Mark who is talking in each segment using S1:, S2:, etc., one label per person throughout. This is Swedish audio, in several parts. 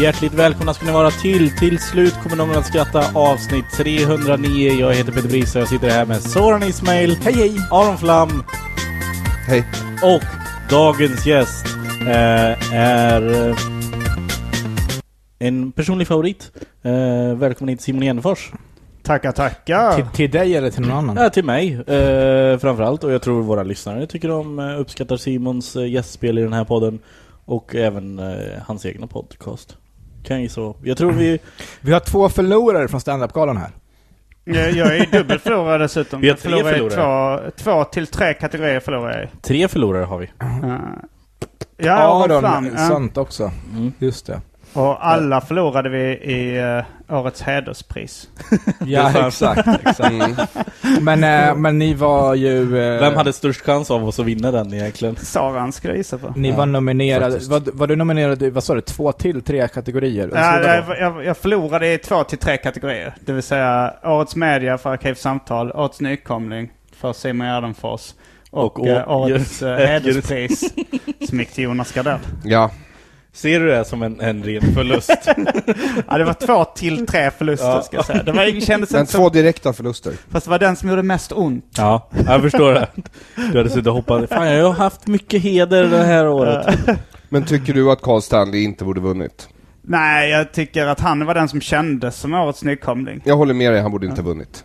S1: Hjärtligt välkomna ska ni vara till Till slut kommer någon att skratta avsnitt 309. Jag heter Peter Brisa och jag sitter här med Soran Ismail. Hej hej! Aron Flam.
S2: Hej.
S1: Och dagens gäst eh, är eh, en personlig favorit. Eh, välkommen hit Simon Gärdenfors.
S3: Tackar, tackar!
S4: Till, till dig eller till någon annan?
S1: Ja, till mig eh, framförallt och jag tror våra lyssnare tycker om, eh, uppskattar Simons eh, gästspel i den här podden och även eh, hans egna podcast. Kan jag gissa. Jag tror vi,
S4: Vi har två förlorare från standup-galan här.
S3: Jag, jag är dubbelt förlorare dessutom.
S1: Vi har
S3: Jag
S1: tre
S3: förlorar i
S1: förlorare.
S3: Två, två till tre kategorier förlorar jag i.
S1: tre förlorare har vi.
S3: Ja, ja Aron Flam. ja.
S4: sant också.
S1: Mm.
S4: Just det.
S3: Och alla förlorade vi i eh, årets hederspris.
S4: Ja, exakt. exakt. Men, eh, men ni var ju... eh,
S1: Vem hade störst chans av oss att vinna den egentligen?
S3: Saran skulle jag gissa på.
S4: Ni
S1: Ja,
S4: var nominerade,
S1: faktiskt.
S4: var, var du nominerad i, vad sa du, två till tre kategorier?
S3: Ja,
S4: Eller så
S3: det-
S4: var det-
S3: jag, jag förlorade i två till tre kategorier. Det vill säga årets media för Arkivsamtal, årets nykomling för Simon Gärdenfors och,
S1: Och
S3: eh,
S1: å-
S3: årets eh,
S1: just-
S3: hederspris som gick till Jonas Gardell.
S2: Ja.
S1: Ser du det här som en, en ren förlust?
S3: Ja, det var två till tre förluster ska jag säga. Det var, kändes
S2: Men
S3: inte så,
S2: två direkta förluster.
S3: fast det var den som gjorde mest ont.
S1: ja, jag förstår det. Du hade suttit och hoppat. Fan, jag har haft mycket heder det här året.
S2: Men tycker du att Carl Stanley inte borde vunnit?
S3: Nej, jag tycker att han var den som kändes som årets nykomling.
S2: Jag håller med dig, han borde inte vunnit.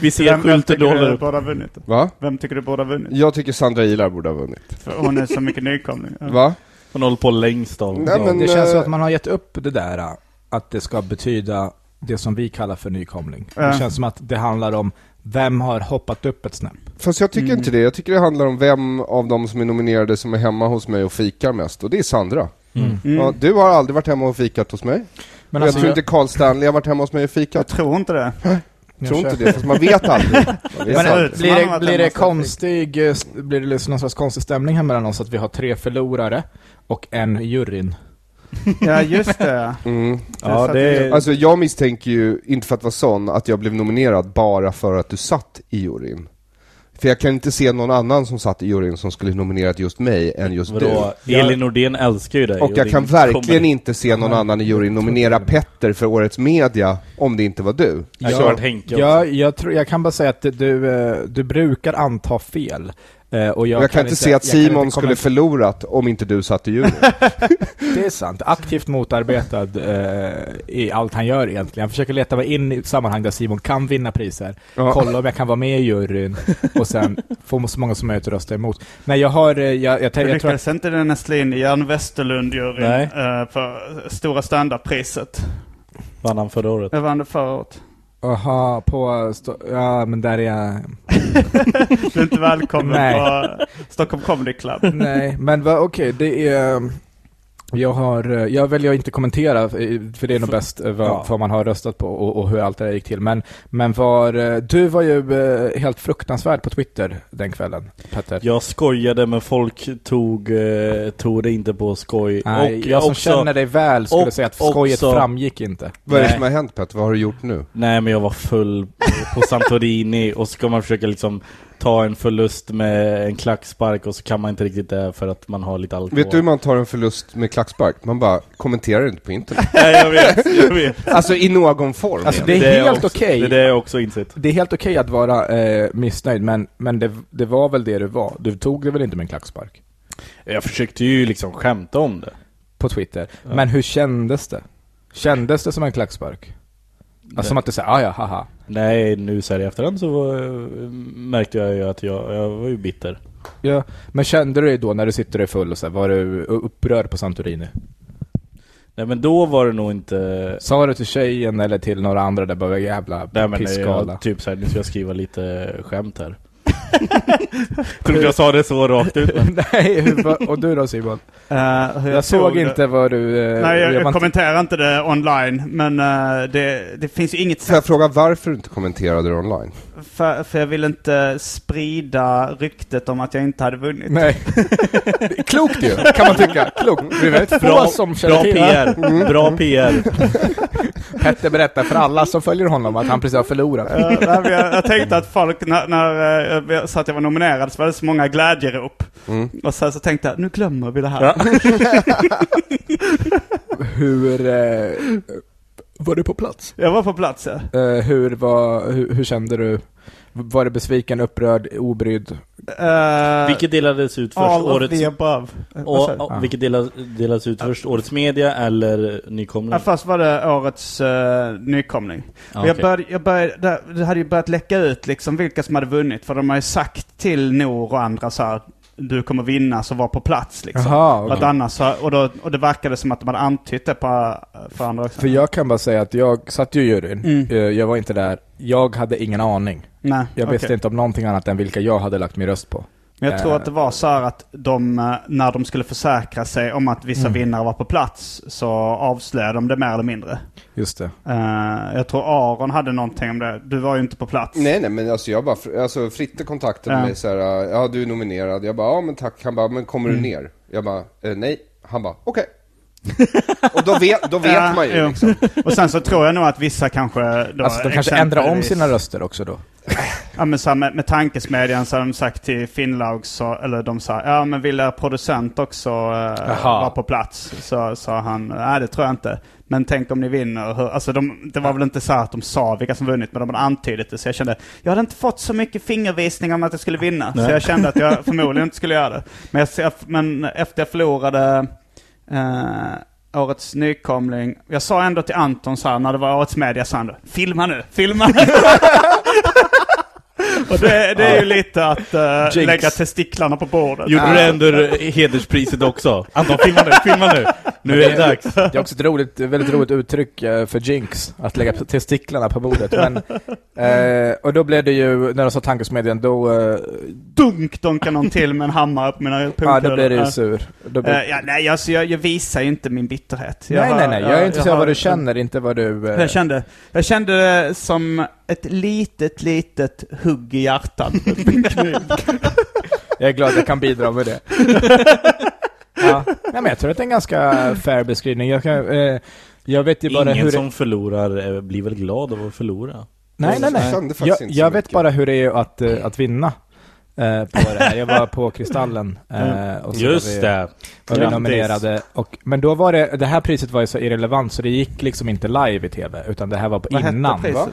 S1: Vi ser skylten du håller
S3: du
S1: upp.
S3: borde ha vunnit?
S2: Va?
S3: Vem tycker du borde ha vunnit?
S2: Jag tycker Sandra Ilar borde ha vunnit.
S3: För hon är så mycket nykomling. Ja.
S2: Va?
S1: Hon håller på längst av.
S2: Nej, men-
S4: det känns
S2: eh,
S4: som att man har gett upp det där, eh, att det ska betyda det som vi kallar för nykomling. Det
S3: Ja.
S4: känns som att det handlar om vem har hoppat upp ett snäpp.
S2: Fast jag tycker inte det. Jag tycker det handlar om vem av de som är nominerade som är hemma hos mig och fikar mest. Och det är Sandra.
S4: Mm.
S3: Mm.
S2: Ja, du har aldrig varit hemma och fikat hos mig.
S4: Men
S2: jag
S4: alltså,
S2: tror inte Carl Stanley har varit hemma hos mig och
S3: Jag
S2: fikat.
S3: tror inte det.
S2: Jag tror inte det, fast man vet aldrig. Man vet
S4: Men,
S3: sant.
S2: aldrig.
S4: eh, blir
S3: Man har
S4: det,
S3: varit
S4: blir
S3: hemma
S4: det
S3: hos
S4: konstig, eh, st- blir det liksom någon slags konstig stämning här mellan oss att vi har tre förlorare och en i juryn?
S3: Ja, just det.
S2: Mm.
S1: Ja, det är...
S2: Alltså jag misstänker ju, inte för att vara sån, att jag blev nominerad bara för att du satt i juryn. För jag kan inte se någon annan som satt i juryn som skulle nominerat just mig än just
S1: Vadå? Elin Nordén älskar ju dig.
S2: du. Och jag
S1: det
S2: kan
S1: kommer-
S2: verkligen inte se någon annan i juryn nominera Petter för Årets Media om det inte var du.
S1: Jag
S4: Ja.
S1: har varit Henke också.
S4: Jag, jag, tror, jag kan bara säga att du, eh, du brukar anta fel. eh, Och jag,
S2: Jag, jag kan inte se att
S4: jag kan inte
S2: Simon skulle
S4: kommentera-
S2: förlorat om inte du satt i juryn.
S4: Det är sant. Aktivt motarbetad eh, i allt han gör egentligen. Han försöker leta mig in i ett sammanhang där Simon kan vinna priser.
S2: Ja.
S4: Kolla om jag kan vara med i juryn och sen få så många som möjligt att rösta emot. Nej, jag har... eh, Jag, jag, jag,
S3: Du
S4: jag tror att
S3: lyckades inte den nästla in i Jan Westerlund
S1: Nej.
S3: juryn eh, för Stora standardpriset.
S1: Vann han förra året.
S3: Det vann det förra året.
S4: Aha, på... Stå, ja, men där är jag...
S3: Du är inte välkommen
S4: Nej.
S3: på Stockholm Comedy Club. Eh,
S4: Nej, men va, okej, det är... Jag har... eh, Jag väljer att inte kommentera, eh, för det är nog bäst eh, vad,
S1: Ja.
S4: vad man har röstat på och, och hur allt det där gick till. Men, men var... eh, Du var ju eh, helt fruktansvärd på Twitter den kvällen, Petter.
S1: Jag skojade men folk tog, eh, tog det inte på skoj.
S4: Nej,
S1: och
S4: jag som
S1: också,
S4: känner dig väl skulle
S1: och
S4: säga att skojet
S1: också-
S4: framgick inte.
S2: Vad är det
S1: Nej.
S2: som har hänt Petter? Vad har du gjort nu?
S1: Nej men jag var full på Santorini och så ska man försöka liksom ta en förlust med en klackspark och så kan man inte riktigt det för att man har lite alkohol.
S2: Vet du hur man tar en förlust med klackspark? Man bara kommenterar inte på internet.
S1: Nej, jag vet. Jag vet.
S2: alltså i någon form.
S4: Alltså, det är helt
S1: också-
S4: okej.
S1: Det är det jag också insett.
S4: Det är helt okej att vara eh, missnöjd, men, men det, det var väl det du var? Du tog det väl inte med en klackspark?
S1: Jag försökte ju liksom skämta om det.
S4: På Twitter. Men hur kändes det? Kändes det som en klackspark? Alltså som att du säger ah, ja, haha.
S1: Nej, nu så här i efterhand så var, märkte jag ju att jag, jag var ju bitter.
S4: Ja. Men kände du dig då när du sitter och är full och så här, var du upprörd på Santorini?
S1: Nej men då var det nog inte...
S4: Sa du till tjejen eller till några andra där bara jävla
S1: Nej men
S4: pisskala?
S1: jag, typ såhär, nu ska jag skriva lite skämt här. Tror du jag sa det så rakt ut men...
S4: Nej, hur, var- och du då Simon?
S3: Eh, hur
S4: Jag,
S3: jag
S4: såg
S3: tog det-
S4: inte vad du... eh,
S3: Nej, jag,
S4: var
S3: jag
S4: inte-
S3: kommenterar inte det online, men eh, det, det finns ju inget
S2: Får jag
S3: sätt
S2: fråga varför du inte kommenterade det online?
S3: för, för jag vill inte sprida ryktet om att jag inte hade vunnit.
S4: Nej. Klokt ju, kan man tycka. Klokt. Det är väldigt få
S1: Bra,
S4: som känner
S1: bra
S4: till Mm. det.
S1: PR, bra PR.
S4: Petter berättar för alla som följer honom att han precis har förlorat.
S3: Eh, nej, men jag, jag tänkte att folk, när, när eh, jag sa att jag var nominerad så var det så många glädjerop.
S4: Mm.
S3: Och sen så tänkte jag, nu glömmer vi det här.
S4: Hur... Eh, var du på plats?
S3: Jag var på plats ja.
S4: Eh, hur, var, hur, hur kände du? Var du besviken, upprörd, obrydd?
S3: Eh,
S1: Vilket delades ut först?
S3: all of
S1: Årets,
S3: the above. Eh, vad
S1: och,
S3: sa du?
S1: och, vilket delas, delas ut först? Årets media eller
S3: Ja,
S1: nykomling?
S3: först var det årets eh, nykomling.
S1: Ja,
S3: Och Jag
S1: Ah, okej.
S3: började, jag började, det- det hade ju börjat läcka ut liksom vilka som hade vunnit. För de har ju sagt till Nor och andra så här, du kommer vinna så var på plats liksom.
S4: Jaha,
S3: För att annars, så- och, då, och det verkade som att de hade antytt det på, eh, för andra också.
S4: För jag kan bara säga att jag satt ju i juryn,
S3: Mm.
S4: Eh, jag var inte där, jag hade ingen aning.
S3: Nej,
S4: Jag
S3: okej.
S4: visste inte om någonting annat än vilka jag hade lagt min röst på.
S3: Men jag tror
S4: Eh.
S3: att det var så här att de, eh, när de skulle försäkra sig om att
S4: Mm.
S3: vissa vinnare var på plats så avslöjade de det mer eller mindre.
S4: Just det.
S3: Eh, jag tror Aron hade någonting om det. Du var ju inte på plats.
S2: Nej, nej, men alltså jag bara, alltså Fritte kontaktade
S3: Ja.
S2: mig så här, ja du är nominerad. Jag bara, ja men tack. Han bara, men kommer
S4: Mm.
S2: du ner? Jag bara, eh, nej. Han bara, okej. och då vet, då vet
S3: Ja,
S2: man ju
S3: jo.
S2: liksom.
S3: Och sen så tror jag nog att vissa kanske... Då,
S4: Alltså de kanske
S3: exempelvis-
S4: ändrar om sina röster också då.
S3: Ja men så här, med, med tankesmedjan så har de sagt till Finnlaug så, eller de sa, ja men vill er producent också eh, vara på plats? Så sa han, nej det tror jag inte. Men tänk om ni vinner. Hur, alltså de, det var väl inte så här att de sa vilka som vunnit, men de hade antydit det. Så jag kände, jag hade inte fått så mycket fingervisningar om att jag skulle vinna. Så jag kände att jag förmodligen inte skulle göra det. Men, jag, ser- men efter jag förlorade eh, årets nykomling, jag sa ändå till Anton så här, när det var årets media, sa han då, filma nu, filma nu. Och det, det är ju lite att eh,
S4: Jinx.
S3: lägga testiklarna på bordet.
S1: Gjorde du det under hederspriset också? Anton, filma nu, filma nu! Nu är det dags!
S4: Det är också ett roligt, väldigt roligt uttryck eh, för jinx, att lägga testiklarna på bordet. Men, eh, och då blev det ju, när de sa tankesmedjan, då, eh,
S3: Dunk dunkar någon till med en hammare på mina
S4: ja,
S3: pungkulor.
S4: då blev det ju
S3: Ja.
S4: sur. Då blev,
S3: Eh, ja, nej, alltså, jag, jag visar ju inte min bitterhet.
S4: nej,
S3: har-
S4: nej, nej, jag är intresserad av
S3: har-
S4: vad du känner, inte vad du... eh,
S3: Jag kände, jag kände det som ett litet, litet hugg i hjärtat.
S4: Jag är glad att jag kan bidra med det. ja. Nej, men jag tror att det är en ganska fair beskrivning. Jag, kan, eh, jag vet ju bara
S1: Ingen
S4: hur...
S1: som förlorar eh, blir väl glad av att förlora?
S4: Nej, nej,
S2: Jag
S4: nej.
S2: kände faktiskt
S4: Jag,
S2: inte så
S4: jag vet
S2: mycket.
S4: bara hur det är att, eh, att vinna. eh, på det här. Jag var på Kristallen. eh,
S2: Mm.
S4: och så var
S1: Just
S4: vi,
S1: det!
S4: Var vi
S1: Grattis.
S4: nominerade. Och, men då var det, det här priset var ju så irrelevant så det gick liksom inte live i TV, utan det här var på
S3: Vad hette
S4: innan.
S3: priset?
S4: va?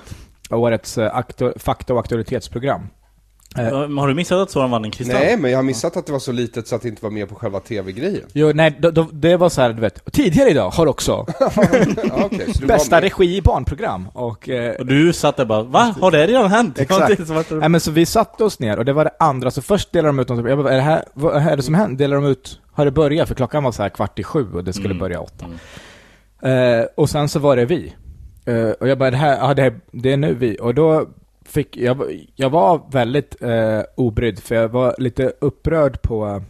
S4: Årets eh, aktu- fakta och aktualitetsprogram.
S1: Ja, men Eh, Har du missat att Soran vann en kristall?
S2: Nej, men jag har missat att det var så litet så att det inte var med på själva tv-grejen.
S4: Jo, nej, då, då, det var så här, du vet, tidigare idag har också
S2: Ja, okej, så du var
S4: bästa
S2: med.
S4: regi i barnprogram och... Eh,
S1: Och du satt där bara Va? Har det redan hänt? Jag har
S4: Exakt.
S1: inte ens varit där uppe."
S4: Nej men så vi satte oss ner och det var det andra, så först delade de ut något, jag bara, är det här, vad är det som händer? Delar de ut, har det börjat? För klockan var så här kvart i sju och det
S1: Mm.
S4: skulle börja åtta. Eh, och sen så var det vi. Eh, och jag bara, det här, ja, det, här, det är nu vi. Och då fick, jag, var- jag var väldigt eh, obrydd för jag var lite upprörd på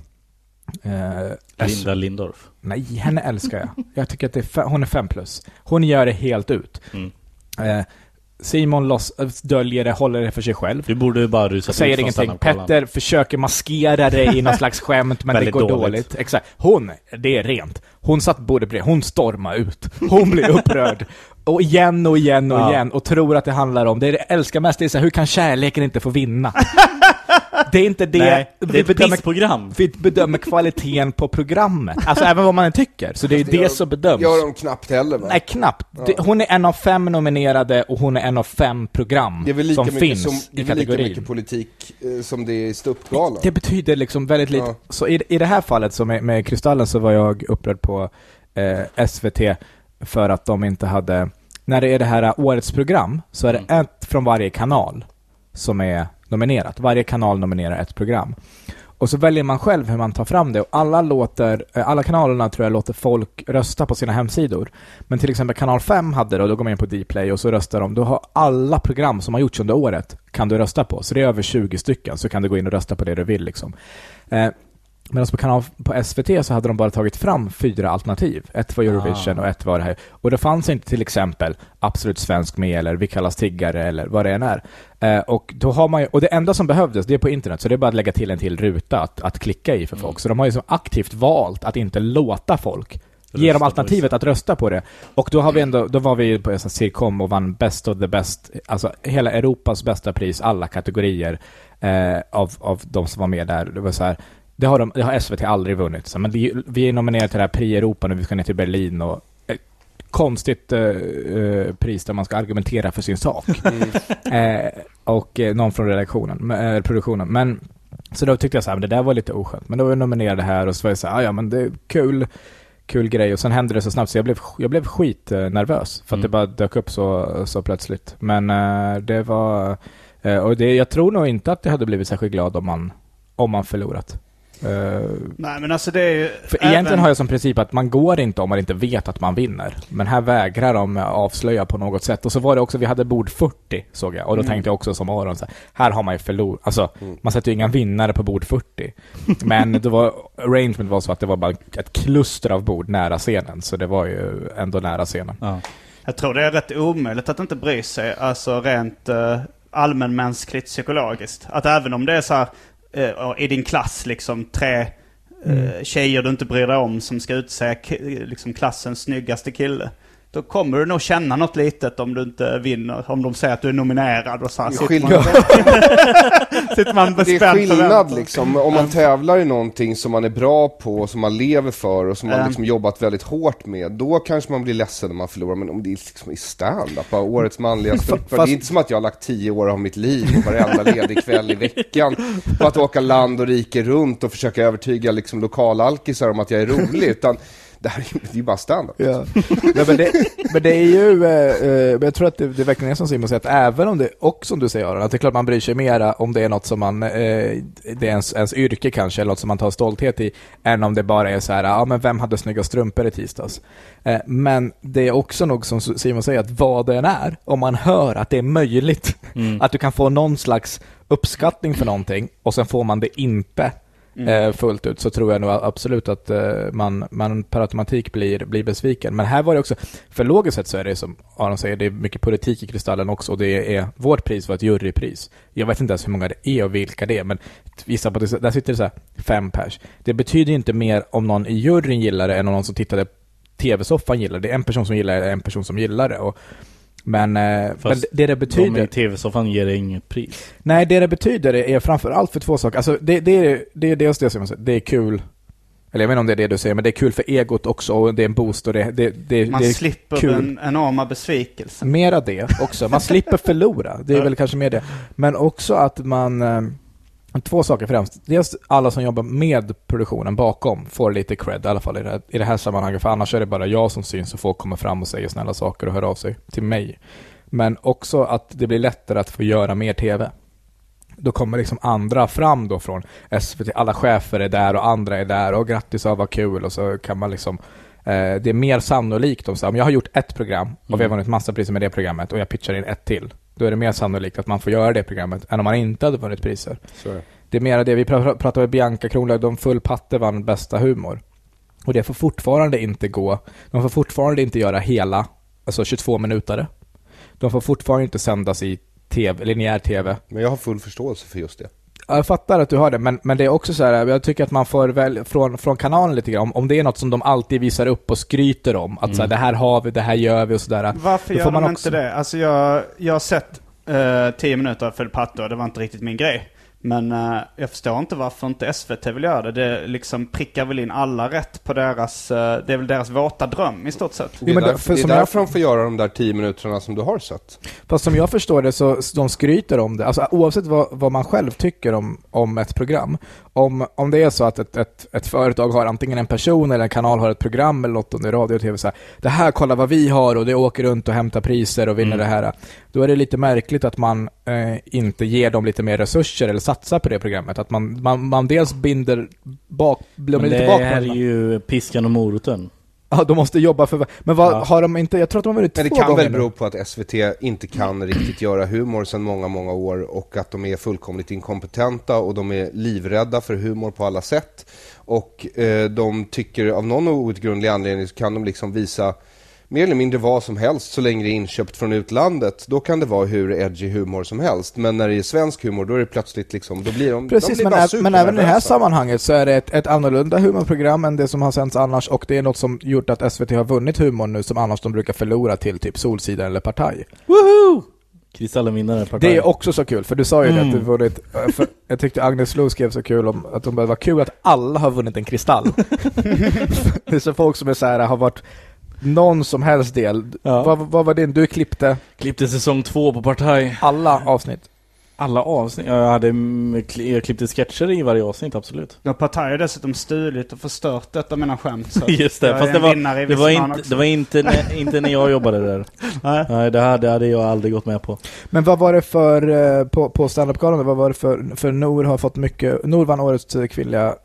S4: eh,
S1: Linda Lindorff
S4: Nej, henne älskar jag. Jag tycker att det är fe- hon är fem plus. Hon gör det helt ut.
S1: Mm.
S4: Eh, Simon loss, eh, döljer det, håller det för sig själv.
S1: Du borde ju bara rusa
S4: Säger
S1: från
S2: liksom
S4: ingenting.
S1: standup-galan.
S4: Petter försöker maskera det i någon slags skämt, men det
S1: Väldigt
S4: går dåligt.
S1: dåligt.
S4: Exakt. Hon, det är rent. Hon satt bordet bredvid, hon stormar ut. Hon blir upprörd. Och igen och igen och igen, och tror att det handlar om, det är det jag älskar mest, det är så här, hur kan kärleken inte få vinna? det är inte det.
S1: Nej, det är
S4: vi,
S1: ett
S4: bedömer,
S1: pissprogram.
S4: vi bedömer kvaliteten på programmet. Alltså även vad man än tycker. Så det är det,
S2: gör-
S4: som bedöms.
S2: Gör de knappt heller va?
S4: Nej, knappt. Det- Hon är en av fem nominerade och hon är en av fem program
S2: det är väl lika
S4: som
S2: mycket,
S4: finns
S2: som, det
S4: i
S2: är väl lika
S4: kategorin.
S2: mycket politik eh, som det är i Stuppgalan.
S4: Det betyder liksom väldigt lite.
S2: Ja.
S4: Så i, i det här fallet, så med, med Kristallen, så var jag upprörd på eh, SVT för att de inte hade... När det är det här eh, årets program så är det ett från varje kanal som är nominerat. Varje kanal nominerar ett program. Och så väljer man själv hur man tar fram det och alla, låter, eh, alla kanalerna tror jag låter folk rösta på sina hemsidor. Men till exempel kanal 5 hade det och då går man in på Dplay och så röstar de. Då har alla program som har gjorts under året kan du rösta på. Så det är över 20 stycken så kan du gå in och rösta på det du vill liksom. Eh, Medan på, kanal, på SVT så hade de bara tagit fram fyra alternativ. Ett var Eurovision
S1: Ah.
S4: och ett var det här. Och det fanns inte till exempel Absolut Svensk med eller Vi kallas tiggare eller vad det än är. Eh, och, då har man ju, och det enda som behövdes, det är på internet, så det är bara att lägga till en till ruta att, att klicka i för
S1: Mm.
S4: folk. Så de har ju som aktivt valt att inte låta folk ge
S1: Rösta
S4: dem
S1: på
S4: alternativet
S1: vissa.
S4: att rösta på det. Och då, har vi ändå, då var vi ju på en sån Cirkom och vann Best of the Best, alltså hela Europas bästa pris, alla kategorier eh, av, av de som var med där. Det var så här, det har, de, det har SVT aldrig vunnit. Så, men det, är ju- vi är nominerade till det här Pri Europa nu, vi ska ner till Berlin och eh, konstigt eh, eh, pris där man ska argumentera för sin sak. eh, och eh, någon från redaktionen, men, eh, produktionen. Men så då tyckte jag så här, men det där var lite oskönt. Men då var jag nominerad här och så var jag så här, "Ah, ja men det är kul, kul grej. Och sen hände det så snabbt så jag blev, jag blev skitnervös. För att
S1: Mm.
S4: det bara dök upp så, så plötsligt. Men eh, det var, eh, och det, jag tror nog inte att jag hade blivit särskilt glad om man, om man förlorat. Eh,
S3: Nej men alltså det är ju...
S4: för egentligen har jag som princip att man går inte om man inte vet att man vinner. Men här vägrar de avslöja på något sätt. Och så var det också, vi hade bord 40 såg jag. Och då tänkte jag också som Aron, så här, här har man ju förlorat. Alltså, man sätter ju inga vinnare på bord 40. Men det var, arrangement var så att det var bara ett kluster av bord nära scenen. Så det var ju ändå nära scenen.
S1: Ja.
S3: Jag tror det är rätt omöjligt att inte bry sig, alltså rent eh, allmänmänskligt psykologiskt. Att även om det är så här, eh, i din klass liksom tre eh,
S4: Mm.
S3: tjejer du inte bryr dig om som ska utse k- liksom, klassens snyggaste kille. Då kommer du nog känna något litet om du inte vinner, om de säger att du är nominerad och så här
S2: Det är
S3: sitter man,
S2: skillnad.
S3: sitter man
S2: Det
S3: bespänt
S2: är skillnad
S3: förväntan.
S2: liksom, om man tävlar i någonting som man är bra på, som man lever för och som man
S3: Ja.
S2: liksom jobbat väldigt hårt med. Då kanske man blir ledsen när man förlorar, men om det är liksom i standup, bara årets manliga strippa. Det är inte som att jag har lagt tio år av mitt liv, och varenda ledig kväll i veckan, på att åka land och rike runt och försöka övertyga liksom lokalalkisar om att jag är rolig, utan det här är ju- det är ju bara standup.
S4: Nej, men, det, men det är ju, eh, eh, men jag tror att det, det verkligen är som Simon säger, att även om det, och som du säger Aron, att det är klart man bryr sig mera om det är något som man, eh, det är ens, ens yrke kanske, eller något som man tar stolthet i, än om det bara är så här, ja men vem hade snygga strumpor i tisdags? Eh, men det är också nog som Simon säger, att vad det än är, om man hör att det är möjligt, att du kan få någon slags uppskattning för någonting, och sen får man det inte,
S1: Mm.
S4: eh, fullt ut så tror jag nog absolut att eh, man, man per automatik blir, blir besviken. Men här var det också, för logiskt sett så är det som Aron säger, det är mycket politik i Kristallen också och det är, vårt pris var ett jurypris. Jag vet inte ens hur många det är och vilka det är, men gissa på att det, där sitter det så här fem pers. Det betyder ju inte mer om någon i juryn gillar det än om någon som tittade tv-soffan gillar det. Det är en person som gillar det, en person som gillar det. Och, men, eh, men
S1: Fast
S4: det det
S1: De
S4: betyder...
S1: i tv-soffan ger dig inget pris.
S4: Nej, det det betyder är framförallt för två saker. Alltså, det, det, är, det är dels det som jag säger, det är kul. Eller jag vet inte om det är det du säger, men det är kul för egot också och det är en boost och det, det, det,
S3: Man
S4: det är
S3: slipper
S4: kul.
S3: den enorma besvikelsen.
S4: Mera det också. Man slipper förlora. Det är väl kanske mer det. Men också att man... eh, Två saker främst. Dels alla som jobbar med produktionen bakom får lite cred i alla fall i det, här, i det här sammanhanget. För annars är det bara jag som syns och folk kommer fram och säger snälla saker och hör av sig till mig. Men också att det blir lättare att få göra mer TV då kommer liksom andra fram då från SVT. Alla chefer är där och andra är där och grattis och vad kul och så kan man liksom eh, det är mer sannolikt om så här, om jag har gjort ett program och vi har vunnit massa priser med det programmet och jag pitchar in ett till. Då är det mer sannolikt att man får göra det programmet än om man inte hade vunnit priser. Det är mera det, vi pra- pratade med Bianca Kronlöf, de full patte vann bästa humor. Och det får fortfarande inte gå, de får fortfarande inte göra hela, alltså 22 minutare. De får fortfarande inte sändas i TV, linjär TV.
S2: Men jag har full förståelse för just det.
S4: Ja, jag fattar att du har det, men, men det är också så här, jag tycker att man får väl från, från kanalen lite grann, om, om det är något som de alltid visar upp och skryter om, att så här, det här har vi, det här gör vi och sådär.
S3: Varför
S4: då
S3: gör
S4: får
S3: de
S4: man
S3: inte
S4: också-
S3: det? Alltså jag, jag har sett eh, 10 minuter av full patte och det var inte riktigt min grej. Men eh, jag förstår inte varför inte SVT vill göra det. Det liksom prickar väl in alla rätt på deras, eh, det är väl deras våta dröm i stort sett.
S2: Det är,
S4: men det-
S2: där,
S4: för-
S2: det är
S4: som jag-
S2: därför de får göra de där tio minuterna som du har sett.
S4: Fast som jag förstår det så så de skryter om det. Alltså, oavsett vad, vad man själv tycker om, om ett program. Om, om det är så att ett, ett, ett företag har antingen en person eller en kanal har ett program eller något om det är radio och tv. Så här, det här, kolla vad vi har och det åker runt och hämtar priser och
S1: Mm.
S4: vinner det här. Då är det lite märkligt att man eh, inte ger dem lite mer resurser eller satsar på det programmet. Att man, man, man dels binder bak,
S1: Men
S4: blir
S1: det
S4: lite bakbunden.
S1: här är ju piskan och moroten.
S4: Ja, de måste jobba för... Men vad
S1: Ja.
S4: har de inte... Jag tror att de har vunnit två
S2: Men det kan
S4: gånger
S2: väl
S4: nu.
S2: bero på att SVT inte kan riktigt göra humor sedan många, många år och att de är fullkomligt inkompetenta och de är livrädda för humor på alla sätt. Och eh, de tycker av någon outgrundlig anledning så kan de liksom visa mer eller mindre vad som helst så länge det är inköpt från utlandet. Då kan det vara hur edgy humor som helst. Men när det är svensk humor då är det plötsligt liksom, då blir de, de
S4: Precis,
S2: blir
S4: men,
S2: bara
S4: ä- men även i det här
S2: supernervösa.
S4: sammanhanget så är det ett, ett annorlunda humorprogram än det som har sänts annars och det är något som gjort att SVT har vunnit humorn nu som annars de brukar förlora till typ Solsidan eller Partaj.
S1: Woho! Kristallen vinner partaj.
S4: Det är också så kul, för du sa ju det att du
S2: Mm.
S4: vunnit... äh, För jag tyckte Agnes Lo skrev så kul om att de bara, var kul att alla har vunnit en kristall. det är så folk som är så här, har varit någon som helst del.
S1: Ja.
S4: Vad, vad var din? Du klippte
S1: Klippte säsong två på Partaj.
S4: alla avsnitt.
S1: Alla avsnitt. Jag, hade, mm, kli- jag klippte sketcher i varje avsnitt, absolut.
S3: Ja, Partaj har dessutom stulit och förstört ett av mina skämt. Så att
S1: Just det,
S3: jag är
S1: fast det
S3: en vinnare
S1: var,
S3: i
S1: det var,
S3: viss mån
S1: inte,
S3: också.
S1: det var inte, när, inte när jag jobbade där.
S3: Nej.
S1: Nej, det här det hade jag aldrig gått med på.
S4: Men vad var det för, eh, på, på standup-galan, vad var det för, för Nor har fått mycket, Nor vann årets eh, kvinnliga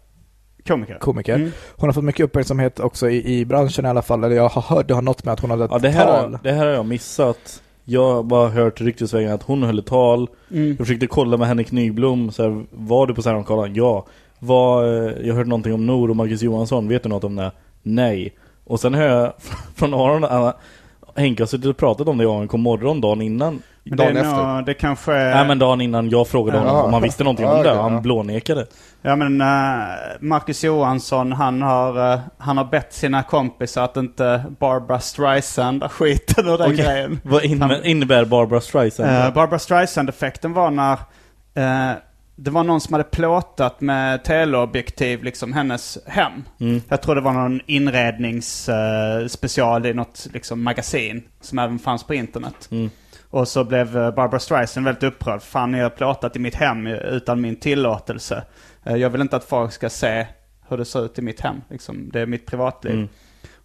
S3: Komiker.
S4: komiker.
S3: Mm.
S4: Hon har fått mycket uppmärksamhet också i, i branschen i alla fall, eller jag har hört, det har något med att hon hade ett
S1: Ja, det, här,
S4: tal.
S1: har- det här har jag missat. Jag har bara hört ryktesvägen att hon höll ett tal.
S3: Mm.
S1: Jag försökte kolla med Henrik Nyblom, så här, var du på Särnholmskalan? Ja. Var, eh, jag hörde någonting om Nor och Marcus Johansson, vet du något om det? Nej. Och sen hör jag från Aron, äh, Henke har suttit och pratat om det i ANK morgon dagen innan.
S3: Men det,
S2: Dagen
S3: är
S2: efter.
S3: nog, det kanske...
S1: Nej men dagen innan jag frågade honom
S2: Jaha.
S1: om han visste någonting om
S2: Ja,
S1: det,
S2: okej, ja.
S1: han blånekade.
S3: Ja men eh, Marcus Johansson han har, eh, han har bett sina kompisar att inte Barbara Streisand har skiten ur den
S1: Okej.
S3: grejen.
S1: Vad
S3: Han-
S1: in- innebär Barbara Streisand?
S3: Eh, Barbara Streisand-effekten var när eh, det var någon som hade plåtat med teleobjektiv liksom hennes hem. Jag tror det var någon inredningsspecial i något liksom, magasin som även fanns på internet. Och så blev eh, Barbara Streisand väldigt upprörd. Fan, ni har plåtat i mitt hem eh, utan min tillåtelse. Eh, Jag vill inte att folk ska se hur det ser ut i mitt hem. Liksom, det är mitt privatliv.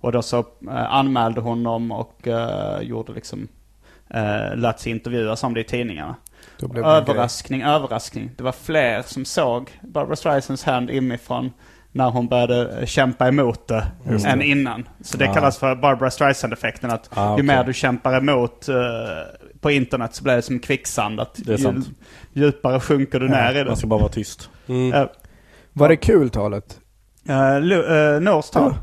S3: Och då så eh, anmälde hon dem och eh, gjorde liksom, eh, lät sig intervjuas om det i tidningarna.
S4: Då blev det en grej.
S3: Överraskning, överraskning. Det var fler som såg Barbara Streisands hand inifrån när hon började eh, kämpa emot det än innan. Så det kallas för Barbara Streisand-effekten. Att
S1: Ah,
S3: ju
S1: okej.
S3: mer du kämpar emot eh, på internet så blir det som kvicksand. Att
S1: Det är sant. Alltså,
S3: Ju, djupare sjunker du ner i det.
S1: Man ska bara vara tyst.
S3: Mm.
S4: Var det kul talet?
S3: Eh, Nors tal.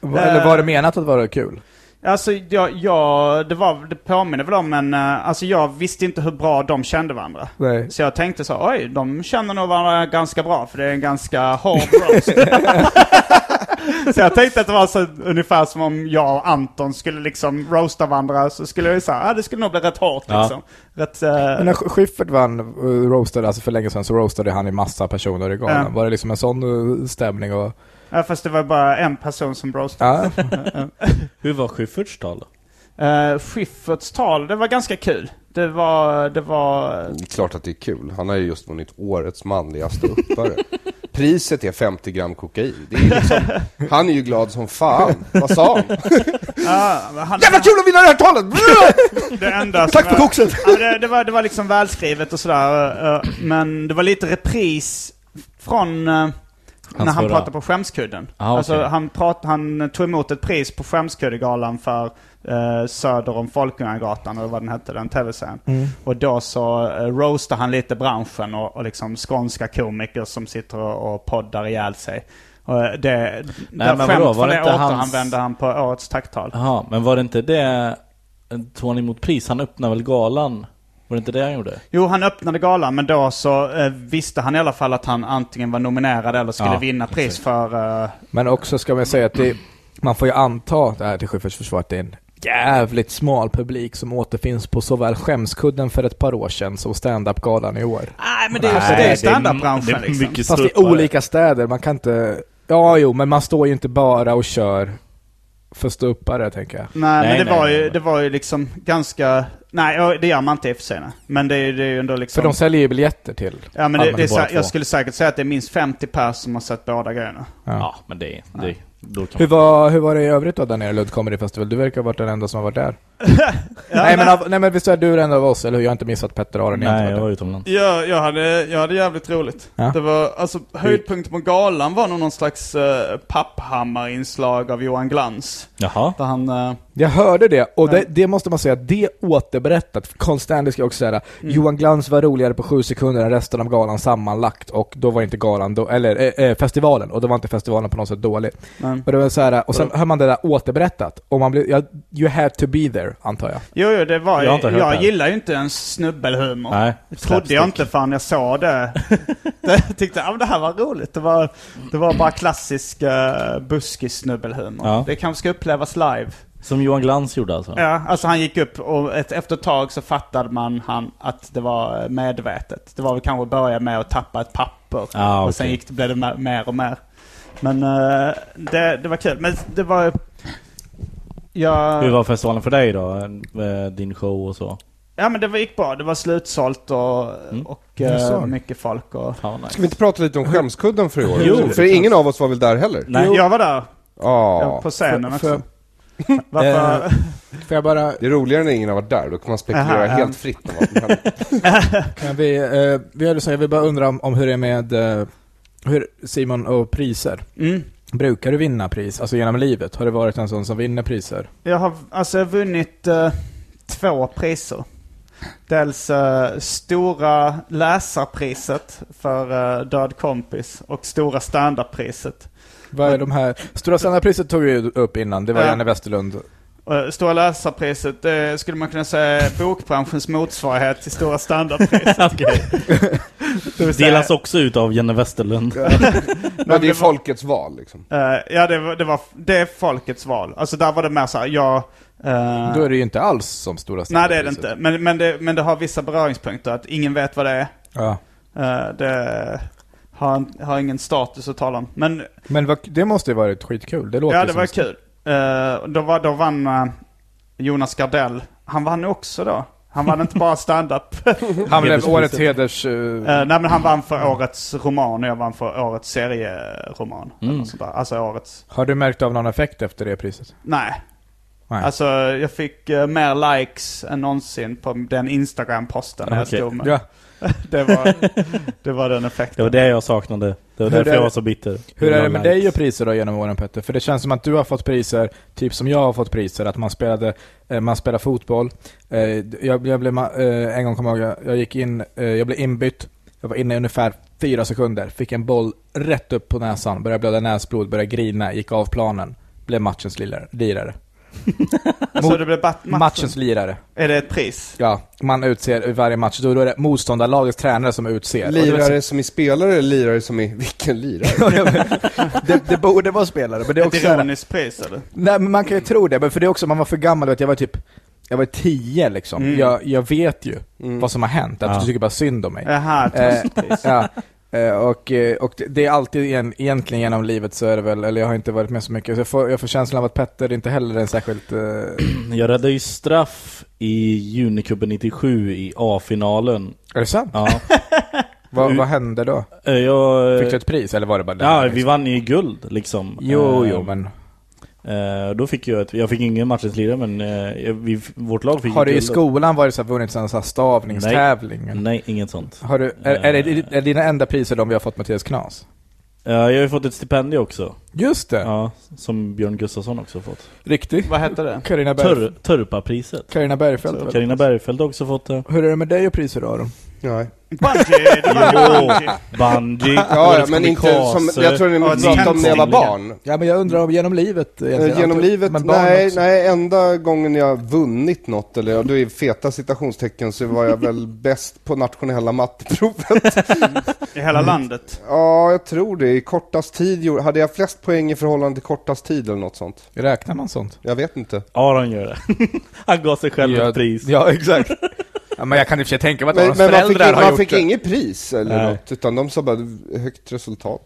S4: Va- Eller var det menat att vara kul?
S3: Alltså, jag, jag, det, var, det påminner väl om en... eh, Alltså, jag visste inte hur bra de kände varandra.
S4: Nej.
S3: Så jag tänkte så, oj, de känner nog varandra ganska bra, för det är en ganska hård roast. så jag tänkte att det var så, ungefär som om jag och Anton skulle liksom roasta varandra, så skulle jag ju säga, ah, det skulle nog bli rätt hårt
S1: Ja.
S3: liksom. Rätt, eh,
S4: Men när Sch- Schyffert vann, eh, roastade, alltså för länge sedan, så roastade han ju massa personer i galan.
S3: Ja.
S4: Var det liksom en sån eh, stämning och...
S3: ja, fast det var bara en person som roastade.
S4: Ja.
S1: Hur var Schyfferts tal då?
S3: Eh, Schyfferts tal, det var ganska kul. Det var, det var,
S2: Det är klart att det är kul. Han har ju just vunnit årets manliga ståuppare. Priset är 50 gram kokain. Det är liksom, han är ju glad som fan. Vad sa han?
S3: ja, ah, han,
S2: Jävla kul att vinna det här talet!
S3: det enda som
S2: Tack för
S3: jag-
S2: kokset!
S3: Ja, men det, det, var, det var liksom välskrivet och sådär. eh, eh, Men det var lite repris från eh, när han
S1: förra.
S3: pratade på Skämskudden.
S1: Ah,
S3: alltså,
S1: okej.
S3: han, prat, han tog emot ett pris på Skämskuddegalan för eh, Söder om Folkungagatan, eller vad den hette, den tv-serien. Och då så eh, roastade han lite branschen och, och liksom skånska komiker som sitter och, och poddar ihjäl sig. Och eh, det,
S1: men
S3: där
S1: vadå,
S3: skämt
S1: var
S3: från
S1: det
S3: det
S1: inte hans- Ah.
S3: återanvände han på årets tacktal.
S1: Jaha, men var det inte det... Tog han emot pris? Han öppnade väl galan? Var det inte det han gjorde?
S3: Jo, han öppnade galan, men då så eh, visste han i alla fall att han antingen var nominerad eller skulle
S1: Ja,
S3: vinna pris för... Eh,
S4: Men också ska man säga att det, man får ju anta, det här till Schyfferts försvar, att det är en jävligt smal publik som återfinns på såväl skämskudden för ett par år sedan som standup-galan i år.
S3: Nej, men det är, det är
S1: det
S3: standardbranschen
S1: är
S3: liksom.
S1: mycket
S4: Fast i
S1: störtare.
S4: olika städer, man kan inte... Ja, jo, men man står ju inte bara och kör för ståuppare, tänker jag.
S3: Nej,
S1: Nej,
S3: men det,
S1: nej,
S3: var
S1: nej,
S3: ju,
S1: nej.
S3: det var ju liksom ganska... Nej, ja, det gör man inte i och för sig. nej. Men det är ju det är ju ändå
S4: För
S3: liksom...
S4: de säljer ju biljetter till
S3: ja, men det, det är,
S4: allmänt bara
S3: sä- jag
S4: två.
S3: skulle säkert säga att det är minst 50 pers som har sett båda grejerna.
S1: Ja, men det är... Det, då kan
S4: Hur var, hur var det i övrigt då där nere i Lund Comedy Festival? Du verkar ha varit den enda som har varit där. nej, men av, nej men visst är du den enda av oss, eller hur? Jag har inte missat Petter och Aron. ni har
S1: Nej,
S4: inte
S1: jag
S4: varit
S1: var utomlands.
S5: Ja, jag hade, jag hade jävligt roligt.
S4: Ja.
S5: Det var, alltså höjdpunkten på galan var nog någon slags uh, papphammarinslag av Johan Glans.
S1: Jaha.
S5: Där han, eh,
S4: där. jag hörde det, och det, det måste man säga, det återberättat. Konstantin ska jag också säga det. Johan Glans var roligare på sju sekunder än resten av galan sammanlagt, och då var inte galan, då, eller eh, eh, festivalen, och då var inte festivalen på något sätt dålig.
S3: Men,
S4: Och, det var så här, och sen hör man det där återberättat, och man blir, ja, you had to be there, antar jag.
S3: jo, jo, det var
S1: Jag har
S3: jag,
S1: inte hört det
S3: jag
S1: här.
S3: gillar ju inte ens snubbelhumor.
S1: Nej.
S3: Det trodde jag inte förrän jag såg det. Jag tyckte att det här var roligt. Det var, det var bara klassisk uh, buskis-snubbelhumor.
S1: Ja.
S3: Det kanske ska upplevas live.
S1: Som Johan Glans gjorde alltså?
S3: Ja, alltså han gick upp och ett, efter ett tag så fattade man han att det var eh, medvetet. Det var väl kanske att börja med att tappa ett papper.
S1: Ah,
S3: och
S1: okej.
S3: sen gick, det- blev det ma- mer och mer. Men eh, det, det var kul. Men det var...
S1: Hur
S3: Ja,
S1: var festivalen för dig då? Eh, Din show och så?
S3: ja men det var, gick bra. Det var slutsålt och, och eh,
S4: Jag såg.
S3: mycket folk. Och,
S1: Fan, nice.
S2: Ska vi inte prata lite om skämskudden för i år?
S1: Jo.
S2: för ingen av oss var väl där heller?
S1: Nej.
S3: Jag var där
S2: Ja.
S3: på scenen
S4: För-
S3: också. Varför?
S4: Får jag bara
S2: Det är roligare när ingen har varit där, då kan man spekulera
S3: Aha, ja.
S2: helt fritt om vad som händer.
S4: Kan vi, eh, vi hade så, jag vill bara undra om, om hur det är med eh, hur Simon och priser.
S3: Mm.
S4: Brukar du vinna pris, alltså genom livet? Har du varit en sån som vinner priser?
S3: Jag har alltså jag har vunnit eh, två priser. Dels eh, stora läsarpriset för eh, Död kompis och stora standardpriset.
S4: Vad är de här? Stora Sandra-priset tog vi ju upp innan, det var
S3: Ja.
S4: Janne Westerlund.
S3: Uh, stora läsarpriset eh, skulle man kunna säga är bokbranschens motsvarighet till stora standardpriset.
S1: Okej.
S3: Det vill säga-
S1: Delas också ut av Jenny Westerlund.
S2: Men det är
S3: det var-
S2: folkets val liksom.
S3: Eh, ja, det var, det var det är folkets val. Alltså där var det mer såhär, jag... eh,
S4: Då är det ju inte alls som Stora
S3: nej det är det
S4: Sandra-priset.
S3: inte. Men, men, det, men det har vissa beröringspunkter. Att ingen vet vad det är.
S4: Ja.
S3: Eh, det har, har ingen status att tala om. Men
S4: Men vad, det måste ju varit skitkul, det låter
S3: Ja,
S4: ju
S3: det
S4: som
S3: var kul. Eh, då, var, då vann eh, Jonas Gardell. Han vann också då. Han vann inte bara stand-up.
S4: Han blev
S1: Hederspriset.
S4: årets heders... eh,
S3: Eh, nej, men han vann för årets roman och jag vann för årets serieroman.
S4: Mm.
S3: eller
S1: Mm.
S3: något sånt där. Alltså årets...
S4: har du märkt av någon effekt efter det priset?
S3: Nej.
S4: Nej.
S3: Alltså jag fick eh, mer likes än någonsin på den Instagram-posten jag
S1: Okej.
S3: stod med.
S4: ja.
S3: Det, var, det var den
S1: Det
S3: effekten.
S1: var det jag saknade. Det
S4: Hur
S1: var därför
S4: är
S1: jag
S4: det-
S1: var så bitter.
S4: Hur är det med
S1: Likes.
S4: dig och priser då genom åren Petter? För det känns som att du har fått priser, typ som jag har fått priser, att man spelade, eh, man spelade fotboll. Eh, jag, jag blev, ma- eh, en gång kommer jag ihåg, jag- jag gick in, eh, jag blev inbytt, jag var inne i ungefär fyra sekunder, fick en boll rätt upp på näsan, började blöda näsblod, började grina, gick av planen, blev matchens lirare. lirare.
S3: alltså, det blev bat- matchen.
S4: Matchens lirare.
S3: Är det ett pris?
S4: Ja, man utser i varje match, då då är det motståndarlagets tränare som utser. Och det var så-
S2: Lirare som i spelare eller lirare som i, vilken lirare?
S4: det, det borde vara spelare, men det är också
S3: Ett
S4: så här-
S3: ironiskt pris eller?
S4: Nej men man kan ju tro det, men för det är också, man var för gammal, du vet, jag var typ jag var tio liksom, jag, jag vet ju vad som har hänt, att
S1: Ja.
S4: du tycker bara synd om mig.
S3: Jaha, ett
S4: Eh,
S3: tröstpris.
S4: ja, eh, och, eh, och det- det är alltid igen, egentligen genom livet så är det väl, eller jag har inte varit med så mycket, så jag får, jag får känslan av att Petter inte heller är en särskilt... eh,
S1: Jag räddade ju straff i Junicupen 97 i A-finalen.
S4: är det sant?
S1: Ja. Mm.
S4: Vad, vad hände då?
S1: Eh, jag...
S4: Fick du ett pris eller var det bara det?
S1: Ja, vi vann ju guld liksom.
S4: Jo,
S1: Eh,
S4: jo, men
S1: eh, Då fick jag ett... Jag fick ingen matchens lirare men eh, jag- vi, vårt lag fick
S4: har du i
S1: guld.
S4: skolan varit så här, vunnit sån här stavningstävling?
S1: Nej, Eh. inget sånt.
S4: Har du, är, är, det, är dina enda priser de vi har fått Mattias Knas?
S1: Eh, Jag har ju fått ett stipendium också.
S4: Just det!
S1: Ja, som Björn Gustafsson också har fått.
S4: Riktigt.
S3: Vad hette det?
S4: Carina Berg.
S1: Tur, Turpa-priset.
S4: Carina Bergfeldt. väl?
S1: Carina Bergfeldt har också fått det.
S4: Hur är det med dig och priser då Aron?
S2: Nej.
S3: Bungie, det var
S1: Jo.
S3: Bungie.
S1: Bungie,
S2: Ja, ja,
S1: Årets
S2: men inte som,
S1: kamikaze.
S2: jag tror ni pratade om när jag var barn.
S4: Ja, men jag undrar om genom livet egentligen.
S2: Eh, Genom
S4: Alltid-
S2: livet,
S4: men barn
S2: nej,
S4: också.
S2: nej, enda gången jag vunnit något, eller ja, då är feta citationstecken, så var jag väl bäst på nationella matteprovet.
S3: I hela
S4: Mm.
S3: landet.
S2: Ja, jag tror det. I kortast tid, gjorde- hade jag flest poäng i förhållande till kortast tid eller något sånt?
S4: Räknar man sånt?
S2: Jag vet inte.
S1: Aron gör det. Han gav sig själv ett pris.
S4: Ja, exakt. ja, men jag kan i och för sig tänka mig att
S2: Men,
S4: Arons
S2: men man fick,
S4: föräldrar har
S2: man
S4: gjort
S2: fick
S4: det.
S2: inget pris eller
S1: Nej.
S2: något, utan de sa bara högt resultat.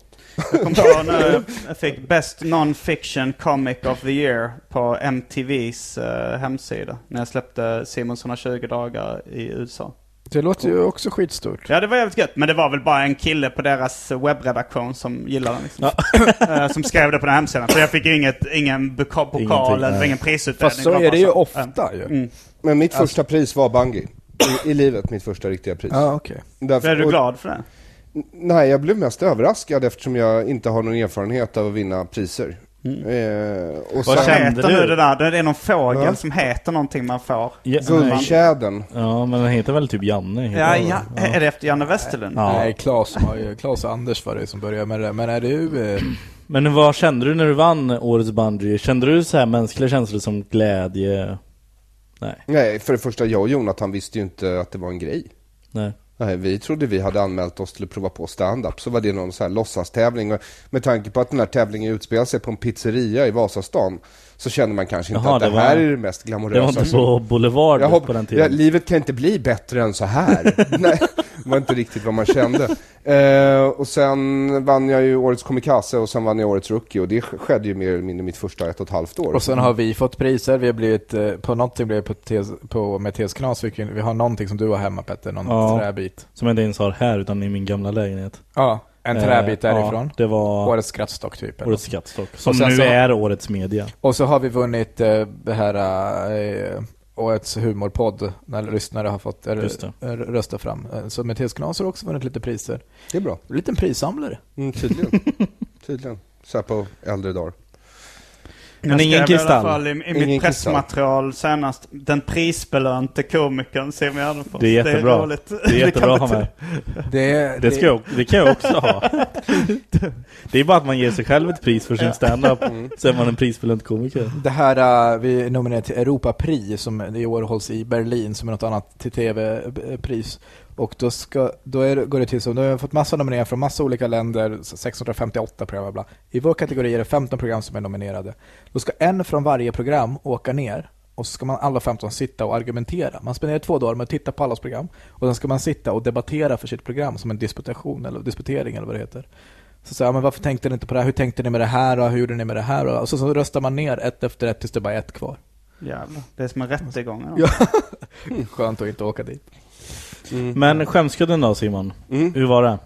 S3: kom på när jag fick Best Non-Fiction Comic of the Year på MTVs eh, hemsida. När jag släppte Simons 120 dagar i USA.
S4: Det låter ju också skitstort.
S3: Ja, det var jävligt gött. Men det var väl bara en kille på deras webbredaktion som gillade den. Liksom. Eh, som skrev det på den här hemsidan. Så jag fick ju inget, ingen buka- pokal
S1: Ingenting,
S3: eller
S1: nej.
S3: ingen prisutdelning.
S4: Fast så
S3: var
S4: är det
S3: bara
S4: ju
S3: så,
S4: ofta ju.
S3: Mm.
S2: Men mitt
S4: Alltså-
S2: första pris var Bungy. I, I livet, mitt första riktiga pris.
S4: Ja, okej.
S2: Därför-
S3: Är du
S2: och-
S3: glad för det?
S2: Nej, jag blev mest överraskad eftersom jag inte har någon erfarenhet av att vinna priser.
S4: Mm.
S2: Eh, och
S1: Vad
S3: Vad
S2: sen
S1: kände
S3: heter nu
S1: du?
S3: det där? Det är någon fågel
S2: Ja.
S3: som heter någonting man får.
S1: Ja, nej.
S2: guldtjädern.
S1: ja, men han heter väl typ Janne? heter
S3: Ja,
S1: han väl?
S3: ja. Är det efter Janne Westerlund?
S1: Ja.
S4: Nej, Claes, har ju, Claes och Anders var det som började med det där. Men är du... Eh,
S1: Men vad kände du när du vann Årets Bungy? Kände du så här mänskliga känslor som glädje?
S2: Nej, för det första, jag och Jonathan visste ju inte att det var en grej.
S1: Nej.
S2: Nej, vi trodde vi hade anmält oss till att prova på stand-up, så var det någon så här låtsastävling. Och Med tanke på att den här tävlingen utspelar sig på en pizzeria i Vasastan, så kände man kanske inte
S1: Jaha,
S2: att det,
S1: det var-
S2: här är det mest
S1: Det var
S2: glamorösa.
S1: inte på Boulevard
S2: Jag hopp-
S1: på den
S2: ja,
S1: tiden?
S2: livet kan inte bli bättre än så här. Nej, det var inte riktigt vad man kände. Eh, och sen vann jag ju årets komikaze och sen vann jag årets rookie och det sk- skedde ju mer eller mindre mitt första ett och ett halvt år.
S4: och sen har vi fått priser. Vi har blivit... Eh, på någonting blev på, tes, på med TS Knas. fick Vi, vi har någonting som du har hemma Petter. Någon
S1: Ja.
S4: träbit.
S1: Som jag inte ens har här utan i min gamla lägenhet.
S4: Ja, en träbit
S1: Eh,
S4: därifrån.
S1: Ja, det var årets,
S4: Årets skrattstock typ. eller
S1: årets skattstock. Som
S4: sen
S1: nu
S4: så-
S1: är Årets Media.
S4: Och så har vi vunnit eh, det här eh, årets humorpodd när lyssnare har fått eh,
S1: Just det.
S4: eh, rösta fram. Eh, Så Mattias Knas har också vunnit lite priser.
S2: Det är bra.
S4: En liten prissamlare.
S2: Mm, tydligen. tydligen. Så här på äldre dagar.
S1: Men ingen
S3: skrev I, alla
S1: kristall.
S3: fall i, i
S2: Ingen
S3: mitt
S2: kristall.
S3: pressmaterial senast, den prisbelönte komikern Simon Gärdenfors.
S1: Det är jättebra.
S3: roligt.
S1: Det är jättebra att
S3: kan
S1: ha
S3: vi-
S1: med.
S4: Det,
S1: Det, ska jag, det kan jag också ha. Det är bara att man ger sig själv ett pris för sin standup. Så är man en prisbelönt komiker.
S4: det här eh, vi nominerar till Europapris som i år hålls i Berlin som är något annat till tv-pris. Och då, ska, då är, det- går det till så, då har jag fått massa nomineringar från massa olika länder, 658 program, bla bla. I vår kategori är det 15 program som är nominerade. Då ska en från varje program åka ner och så ska man alla 15 sitta och argumentera. Man spenderar två dagar med att titta på allas program och sen ska man sitta och debattera för sitt program som en disputation eller disputering eller vad det heter. Så sa jag, men varför tänkte ni inte på det här? Hur tänkte ni med det här? Och hur gjorde ni med det här? Och så, så röstar man ner ett efter ett tills det bara är ett kvar.
S3: Jävlar, det är som en rättegång. eller?
S4: Ja. Skönt att inte åka dit.
S1: Men skämskudden då Simon? Hur var det?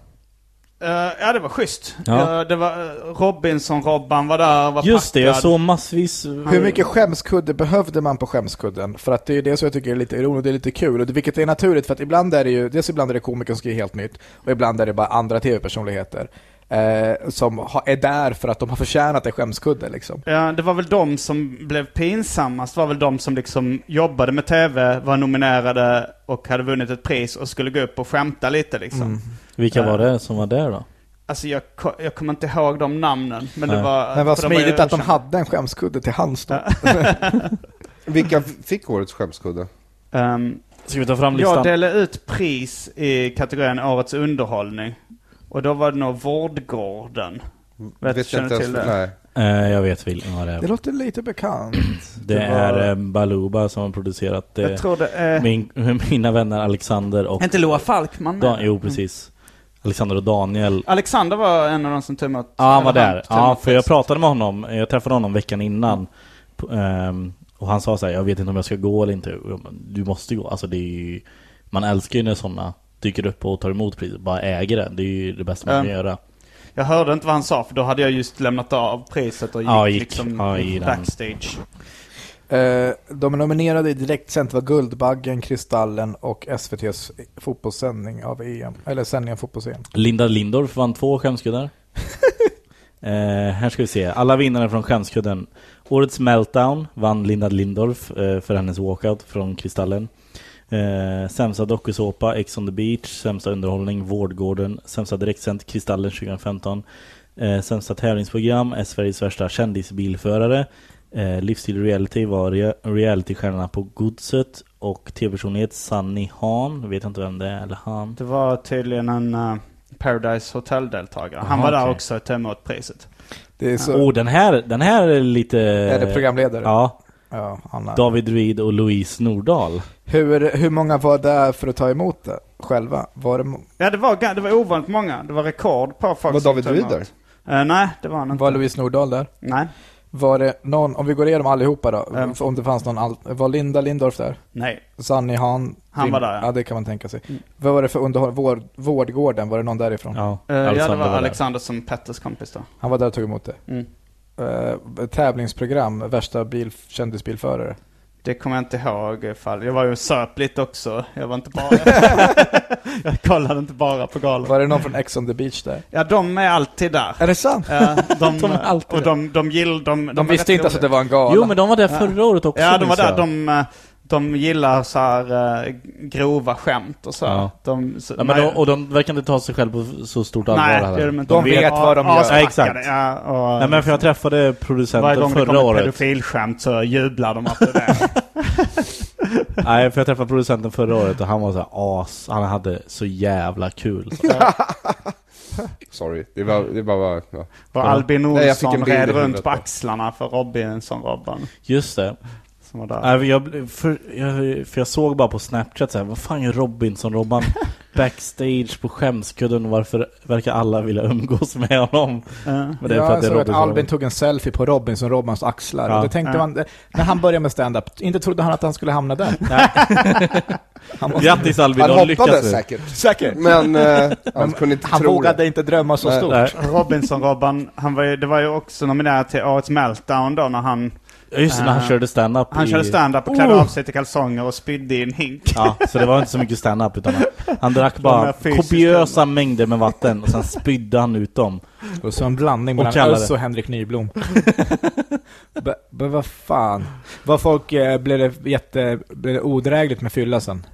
S3: Eh, ja, det var schysst.
S1: Ja.
S3: Eh, det var eh, Robinson-Robban var där, var
S1: Just det, jag
S3: packad.
S1: såg massvis...
S4: Hur mycket skämskudde behövde man på skämskudden? För att det är ju det som jag tycker är lite ironiskt, det är lite kul. Och det, vilket är naturligt för att ibland är det ju, dels ibland är det komiker som ska ge helt nytt och ibland är det bara andra tv-personligheter. Eh, som ha, är där för att de har förtjänat en skämskudde liksom.
S3: Ja, Eh, det var väl de som blev pinsammast, var väl de som liksom jobbade med TV, var nominerade och hade vunnit ett pris och skulle gå upp och skämta lite
S4: Mm.
S3: liksom.
S1: Vilka var det som var där då?
S3: Alltså jag, ko- jag kommer inte ihåg de namnen, men det
S1: Nej.
S3: var...
S4: Men vad
S3: för ju
S4: smidigt att de
S3: ökända.
S4: hade en skämskudde till hands då.
S2: Vilka f- fick årets skämskudde?
S3: Ehm,
S1: Ska vi ta fram listan?
S3: Jag delade ut pris i kategorin Årets underhållning. Och då var det nog Vårdgården. Vet,
S2: jag
S3: känner till det?
S2: Nej.
S1: Eh, jag vet vilken vad det är.
S4: Det låter lite bekant.
S1: Det
S4: det var-
S1: är eh, Baluba som har producerat eh, det.
S3: Jag tror det är...
S1: Min, mina vänner Alexander och...
S3: Är inte Loa Falkman med?
S1: Dan, jo, precis. Alexander och Daniel.
S3: Alexander var en av de som tog emot...
S1: Ja, han var
S3: eller
S1: där.
S3: tog
S1: Ja,
S3: emot
S1: för jag
S3: pris.
S1: pratade med honom. Jag träffade honom veckan innan. P- ehm, och han sa så här, jag vet inte om jag ska gå eller inte. Och jag bara, Du måste gå. Alltså det är ju, man älskar ju när sådana dyker upp och tar emot priset. Bara äger det. Det är ju det bästa man
S3: Ja.
S1: kan göra.
S3: Jag hörde inte vad han sa, för då hade jag just lämnat av priset och gick,
S1: Ja, gick.
S3: liksom
S1: Ja, i den.
S3: backstage.
S4: Eh, de nominerade i direktsänt var Guldbaggen, Kristallen och SVTs fotbollssändning av EM. Eller sändning av fotbolls EM.
S1: Linda Lindorff vann två skämskuddar. eh, här ska vi se. Alla vinnare från skämskudden. Årets Meltdown vann Linda Lindorff eh, för hennes walkout från Kristallen. Eh, sämsta dokusåpa, Ex on the beach, sämsta underhållning, Vårdgården, sämsta direktsänd, Kristallen 2015, eh, sämsta tävlingsprogram, är Sveriges värsta kändisbilförare, eh, Livsstil reality var re realitystjärnorna på Godset och tv-personlighet Sunny Han, vet jag inte vem det är, eller han.
S3: Det var tydligen en eh, Paradise Hotel-deltagare. Han
S1: Aha,
S3: var där
S1: okej.
S3: också och tog emot priset.
S4: Det är så...
S1: Åh, den här, den här är lite...
S4: är det programledare?
S1: Ja,
S4: Ja, han är-
S1: David Ruid och Louise Nordahl.
S4: Hur, hur många var där för att ta emot det själva? Var det, mo-
S3: Ja, det var, ga- det var ovanligt många. Det var rekord på folk
S2: Var
S3: som
S2: David
S3: tog
S2: Ryd
S3: emot.
S2: där?
S3: Eh, nej, det var han inte.
S4: var Louise Nordahl där?
S3: Nej.
S4: Var det någon, om vi går igenom allihopa då,
S3: Mm.
S4: om det fanns någon, all, var Linda Lindorff där?
S3: Nej.
S4: Sanny Han?
S3: Han var där, ja. Mm.
S4: ja. det kan man tänka sig. Vad var det för underhåll, vård, Vårdgården, var det någon därifrån?
S1: Ja,
S3: Eh, ja, det
S1: Alexander
S3: var
S1: var där.
S3: Alexander som Petters kompis då.
S4: Han var där och tog emot det.
S3: Mm.
S4: Eh, tävlingsprogram, värsta bil, kändisbilförare.
S3: Det kommer jag inte ihåg ifall. Jag var ju och söp lite också. Jag var inte bara... jag kollade inte bara på galan.
S4: Var det någon från Ex on the beach där?
S3: Ja, de är alltid där.
S4: Är det sant?
S3: Eh, de,
S1: De är alltid
S3: och de, de, gill, de,
S4: De
S3: är
S4: visste
S3: rätt
S4: inte ens att det
S3: roliga.
S4: var en gala.
S1: Jo, men de var där förra året också.
S3: Ja, de var
S1: minns
S3: där.
S1: jag.
S3: De, eh, de gillar så här eh, grova skämt och så. här.
S1: Ja.
S3: De, så
S1: Ja, men de, och de verkar inte ta sig själv på så stort allvar
S3: nej,
S1: heller.
S3: det gör de inte.
S4: De vet vad de
S3: Ja,
S4: gör.
S3: aspackade,
S1: Ja, exakt.
S3: Ja, och,
S1: Nej men för jag träffade
S3: varje
S1: producenten
S3: gång det
S1: förra
S3: kommer ett
S1: året.
S3: pedofilskämt så jublar de efter det.
S1: Nej för jag träffade producenten förra året och han var så här as, han hade så jävla kul. Så.
S2: Sorry, det var, det var, var ja.
S3: Och Albin
S2: Nej, jag fick
S3: Olsson
S2: en bild i
S3: red runt
S2: huvudet
S3: på
S2: då.
S3: axlarna för Robinson-Robban.
S1: Just det.
S3: Som var där.
S1: Nej, men jag, blev- för, jag, för jag såg bara på snapchat så här, vad fan gör Robinson-Robban backstage på skämskudden och varför verkar alla vilja umgås med honom?
S3: Eh,
S1: Men det är
S4: ja,
S1: för
S4: jag
S1: att det är
S4: såg att Albin
S1: Robinson.
S4: tog en selfie på Robinson Robbans axlar.
S1: Ja.
S4: Och då tänkte man, när han började med stand-up, inte trodde han att han skulle hamna där. han måste,
S1: Grattis Albin,
S2: Han
S1: du har
S2: hoppade
S1: lyckats nu.
S2: säkert.
S4: säkert.
S2: Men eh, han
S4: Men
S2: kunde inte
S4: han
S2: tro
S4: vågade
S2: det.
S4: inte drömma så
S2: Nej.
S4: stort.
S1: Nej,
S3: Robinson-Robban, han var ju, det var ju också nominerad till Årets Meltdown då när han,
S1: just det, när han
S3: Eh,
S1: körde stand-up
S3: han
S1: i-
S3: körde stand-up och klädde
S1: Oh!
S3: av sig till kalsonger och spydde i en hink.
S1: Ja, så det var inte så mycket stand-up utan han, han drack
S3: här
S1: bara
S3: fysiska-
S1: kopiösa mängder med vatten och sen spydde han ut dem.
S4: Och så en blandning mellan
S1: kallade.
S4: Özz och Henrik Nyblom. B- Men vad fan. Vad folk eh, blev det jätte, blev det odrägligt med fylla sen.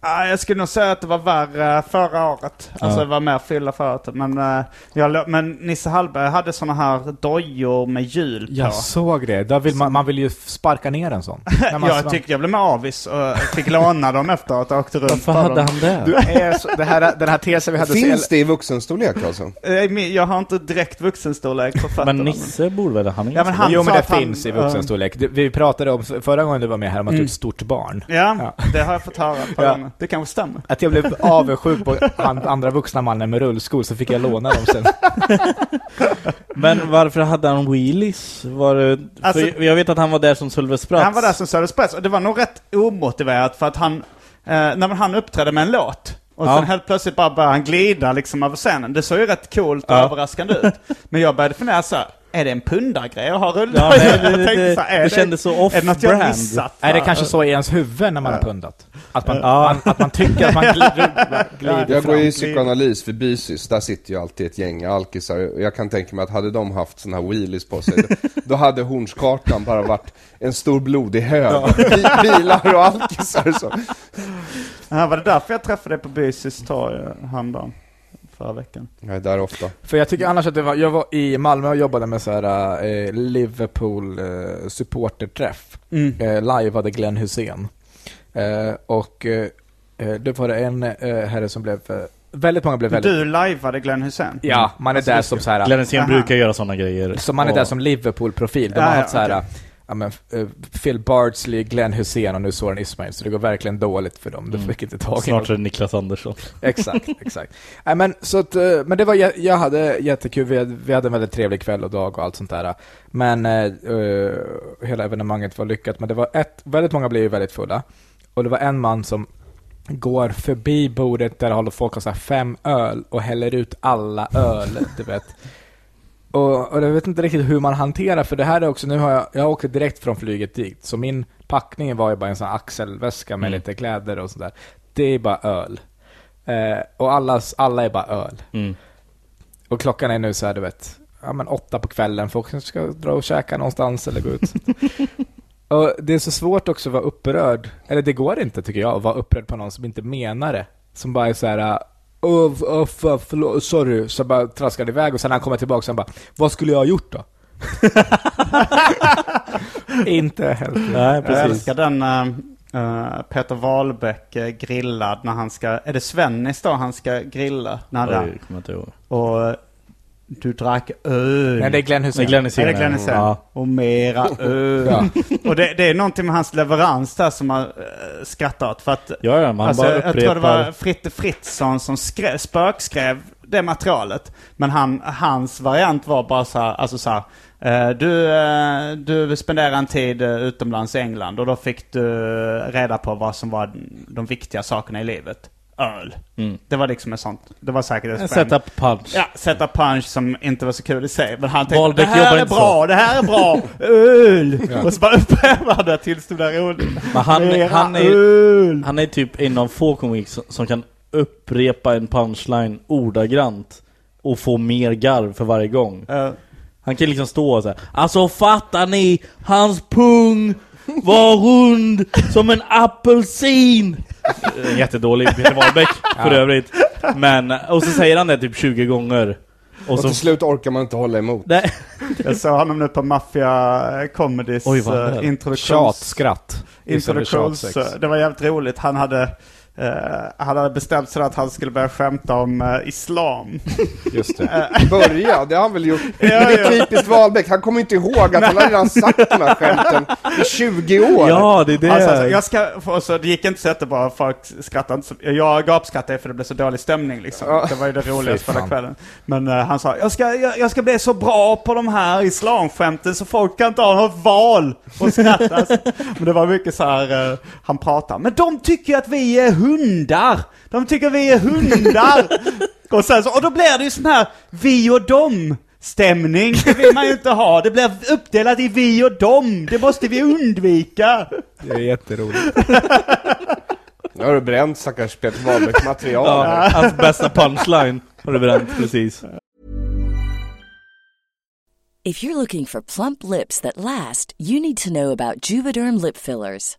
S3: Ja, jag skulle nog säga att det var värre förra året. Alltså
S1: Ja.
S3: det var mer fylla förra året. Men, eh, jag, lo- men Nisse Hallberg hade såna här dojor med hjul på.
S4: Jag såg det. Där vill man, man vill ju sparka ner en sån. När man
S3: jag
S4: svan-
S3: tyckte jag blev med avis och fick låna dem efteråt och åkte runt
S1: Varför
S3: på
S1: hade
S3: dem.
S1: han det?
S4: du är så, det här, den här tesen vi hade...
S2: Finns det i vuxenstorlek alltså?
S3: Eh, men Jag har inte direkt vuxenstorlek på fötterna.
S1: Men Nisse borde väl, han är
S3: Ja, men han
S4: Jo men
S3: sa
S4: det
S3: att han-
S4: finns i vuxenstorlek. Det- Vi pratade om, förra gången du var med här, om att du är
S3: Mm.
S4: ett stort barn.
S3: Ja,
S4: Ja.
S3: det har jag fått höra. ett par
S4: Ja.
S3: gånger. Det kanske stämmer.
S4: Att jag blev avundsjuk på han, andra vuxna mannen med rullskor, så fick jag låna dem sen.
S1: Men varför hade han wheelies? Var det...
S3: Alltså-
S1: för jag vet att han var där som Sölvesprats.
S3: Han var där som Söderspets och det var nog rätt omotiverat för att han, eh, när man, han uppträdde med en låt och
S1: Ja.
S3: sen helt plötsligt bara började han glida liksom över scenen. Det såg ju rätt coolt och
S1: Ja.
S3: överraskande ut. Men jag började fundera så här, är det en pundargrej att ha
S1: Ja,
S3: rullar?
S1: men det,
S3: Jag
S1: det,
S3: tänkte
S1: det,
S3: så här, är
S1: det kändes så
S3: Är det något jag
S1: off-brand.
S3: missat?
S4: Är det
S3: va?
S4: kanske så i ens huvud när man har pundat? Att man, man, att man tycker att man glider, glider
S2: Jag går ju i
S4: fram.
S2: psykoanalys för Bysis, där sitter ju alltid ett gäng alkisar. Jag kan tänka mig att hade de haft såna här wheelies på sig, då- då hade hornskartan bara varit en stor blodig hög. Bi- Bilar och alkisar så.
S3: Ja, var det därför jag träffade dig på Bysis torg eh, häromdagen? Förra veckan.
S2: Jag är där ofta.
S4: För jag tycker annars att det var, jag var i Malmö och jobbade med så här eh, Liverpool eh, supporterträff.
S1: Mm.
S4: Eh, liveade Glenn Hussein. Eh, och eh, eh, då var det en eh, herre som blev, eh, väldigt många blev väldigt...
S3: Du lajvade Glenn Hussein?
S4: Ja, man
S3: Alltså,
S4: är där som så här...
S1: Glenn Hysén
S3: Aha.
S1: brukar göra sådana grejer.
S4: Så man är där som Liverpool-profil. De
S3: Ja,
S4: har
S3: ja,
S4: haft så här,
S3: okej.
S4: ja, men, eh, Phil Bardsley, Glenn Hussein och nu Soran Ismail. Så det går verkligen dåligt för dem. De
S3: Mm.
S4: fick inte tag i någon.
S1: Snart är det Niklas Andersson.
S4: Exakt, exakt. Nej, men, så att, eh, men det var, jä- jag hade jättekul, vi hade, vi hade en väldigt trevlig kväll och dag och allt sånt där. Men eh, eh, hela evenemanget var lyckat. Men det var ett, väldigt många blev ju väldigt fulla. Och det var en man som går förbi bordet där håller folk har så här fem öl och häller ut alla öl, du vet. Och, och jag vet inte riktigt hur man hanterar, för det här är också, nu har jag, jag åkte direkt från flyget dit, så min packning var ju bara en sån här axelväska med lite kläder och sådär. Det är bara öl. Eh, och alla, alla är bara öl.
S1: Mm.
S4: Och klockan är nu så här, du vet, ja men åtta på kvällen, folk kanske ska dra och käka någonstans eller gå ut. Och det är så svårt också att vara upprörd, eller det går inte tycker jag, att vara upprörd på någon som inte menar det. Som bara är så här, oh, oh, förlåt, sorry, så bara traskade iväg och sen när han kommer tillbaka så han bara, vad skulle jag ha gjort då? inte helt.
S1: Nej,
S3: Jag
S1: precis.
S3: älskar den eh, eh, Peter Wahlbeck eh, grillad när han ska, är det Svennis då han ska grilla? När
S1: Oj,
S3: han,
S1: jag kommer inte ihåg.
S3: och eh, du drack öl.
S4: Nej, det är Glenn
S1: Nej,
S4: Hussein.
S1: Glenn är
S3: Är det
S1: senare.
S3: Glenn Hysén?
S1: Ja.
S3: Och mera öl. Och det, det är någonting med hans leverans där som man eh, skrattar åt. För att
S1: Ja, ja, man
S3: alltså,
S1: bara
S3: jag tror det var
S1: upprepar.
S3: Fritte Fritzson som skrev, spökskrev det materialet. Men han, hans variant var bara så här, alltså så här, eh, du, eh, du spenderade en tid eh, utomlands i England och då fick du reda på vad som var de viktiga sakerna i livet. Öl.
S1: Mm.
S3: Det var liksom ett sånt. Det var säkert
S1: En
S3: ett
S1: setup punch.
S3: Ja, sätta punch som inte var så kul i sig. Men han tänkte
S1: Wahlbeck
S3: det här
S1: jobbar
S3: är
S1: inte
S3: bra,
S1: så."
S3: det här är bra, öl! Och så bara upprepade han det tills det blev roligt.
S1: Men han,
S3: Mera
S1: han, är,
S3: öl!
S1: han är typ en av få komik som, som kan upprepa en punchline ordagrant och få mer garv för varje gång.
S3: Eh,
S1: Han kan liksom stå och så här. Alltså fattar ni? Hans pung var rund som en apelsin! En Eh, Jättedålig Peter Wahlbeck för övrigt. Men, och så säger han det typ 20 gånger. Och
S2: Och till
S1: så...
S2: slut orkar man inte hålla emot.
S1: Nej.
S3: jag såg honom nu på Mafia eh, Comedys
S1: Oj, vad
S3: eh,
S1: väl.
S4: Tjat,
S3: introduktions...
S4: skratt.
S3: introduktions eh, det var jävligt roligt. Han hade, eh, han hade bestämt sig att han skulle börja skämta om eh, Islam.
S4: Just det.
S2: Börja, det har han väl gjort.
S3: Ja,
S2: det är
S3: ja.
S2: typiskt Wahlbeck, han kommer inte ihåg att han har redan sagt de här skämten i 20 år.
S1: Ja, det är det.
S3: Alltså, alltså, jag ska, få- så det gick inte så jättebra, folk skrattade inte så, Jag gapskrattade för det blev så dålig stämning liksom. Det var ju det roligaste
S4: Fy
S3: förra
S4: fan.
S3: kvällen. Men eh, han sa, jag ska, jag, jag ska bli så bra på de här islamskämten så folk kan inte ha något val och skrattas. Men det var mycket så här, eh, han pratar, men de tycker ju att vi är hundar! De tycker vi är hundar! och, sen så, och då blir det ju sån här, vi och dem. Stämning, det vill man ju inte ha. Det blir uppdelat i vi och dem. Det måste vi undvika.
S4: Det är jätteroligt.
S2: Nu har du bränt stackars Peter Wahlbeck material.
S1: Ja, hans bästa punchline har du bränt precis.
S6: If you're looking for plump lips that last, you need to know about Juvederm lip fillers.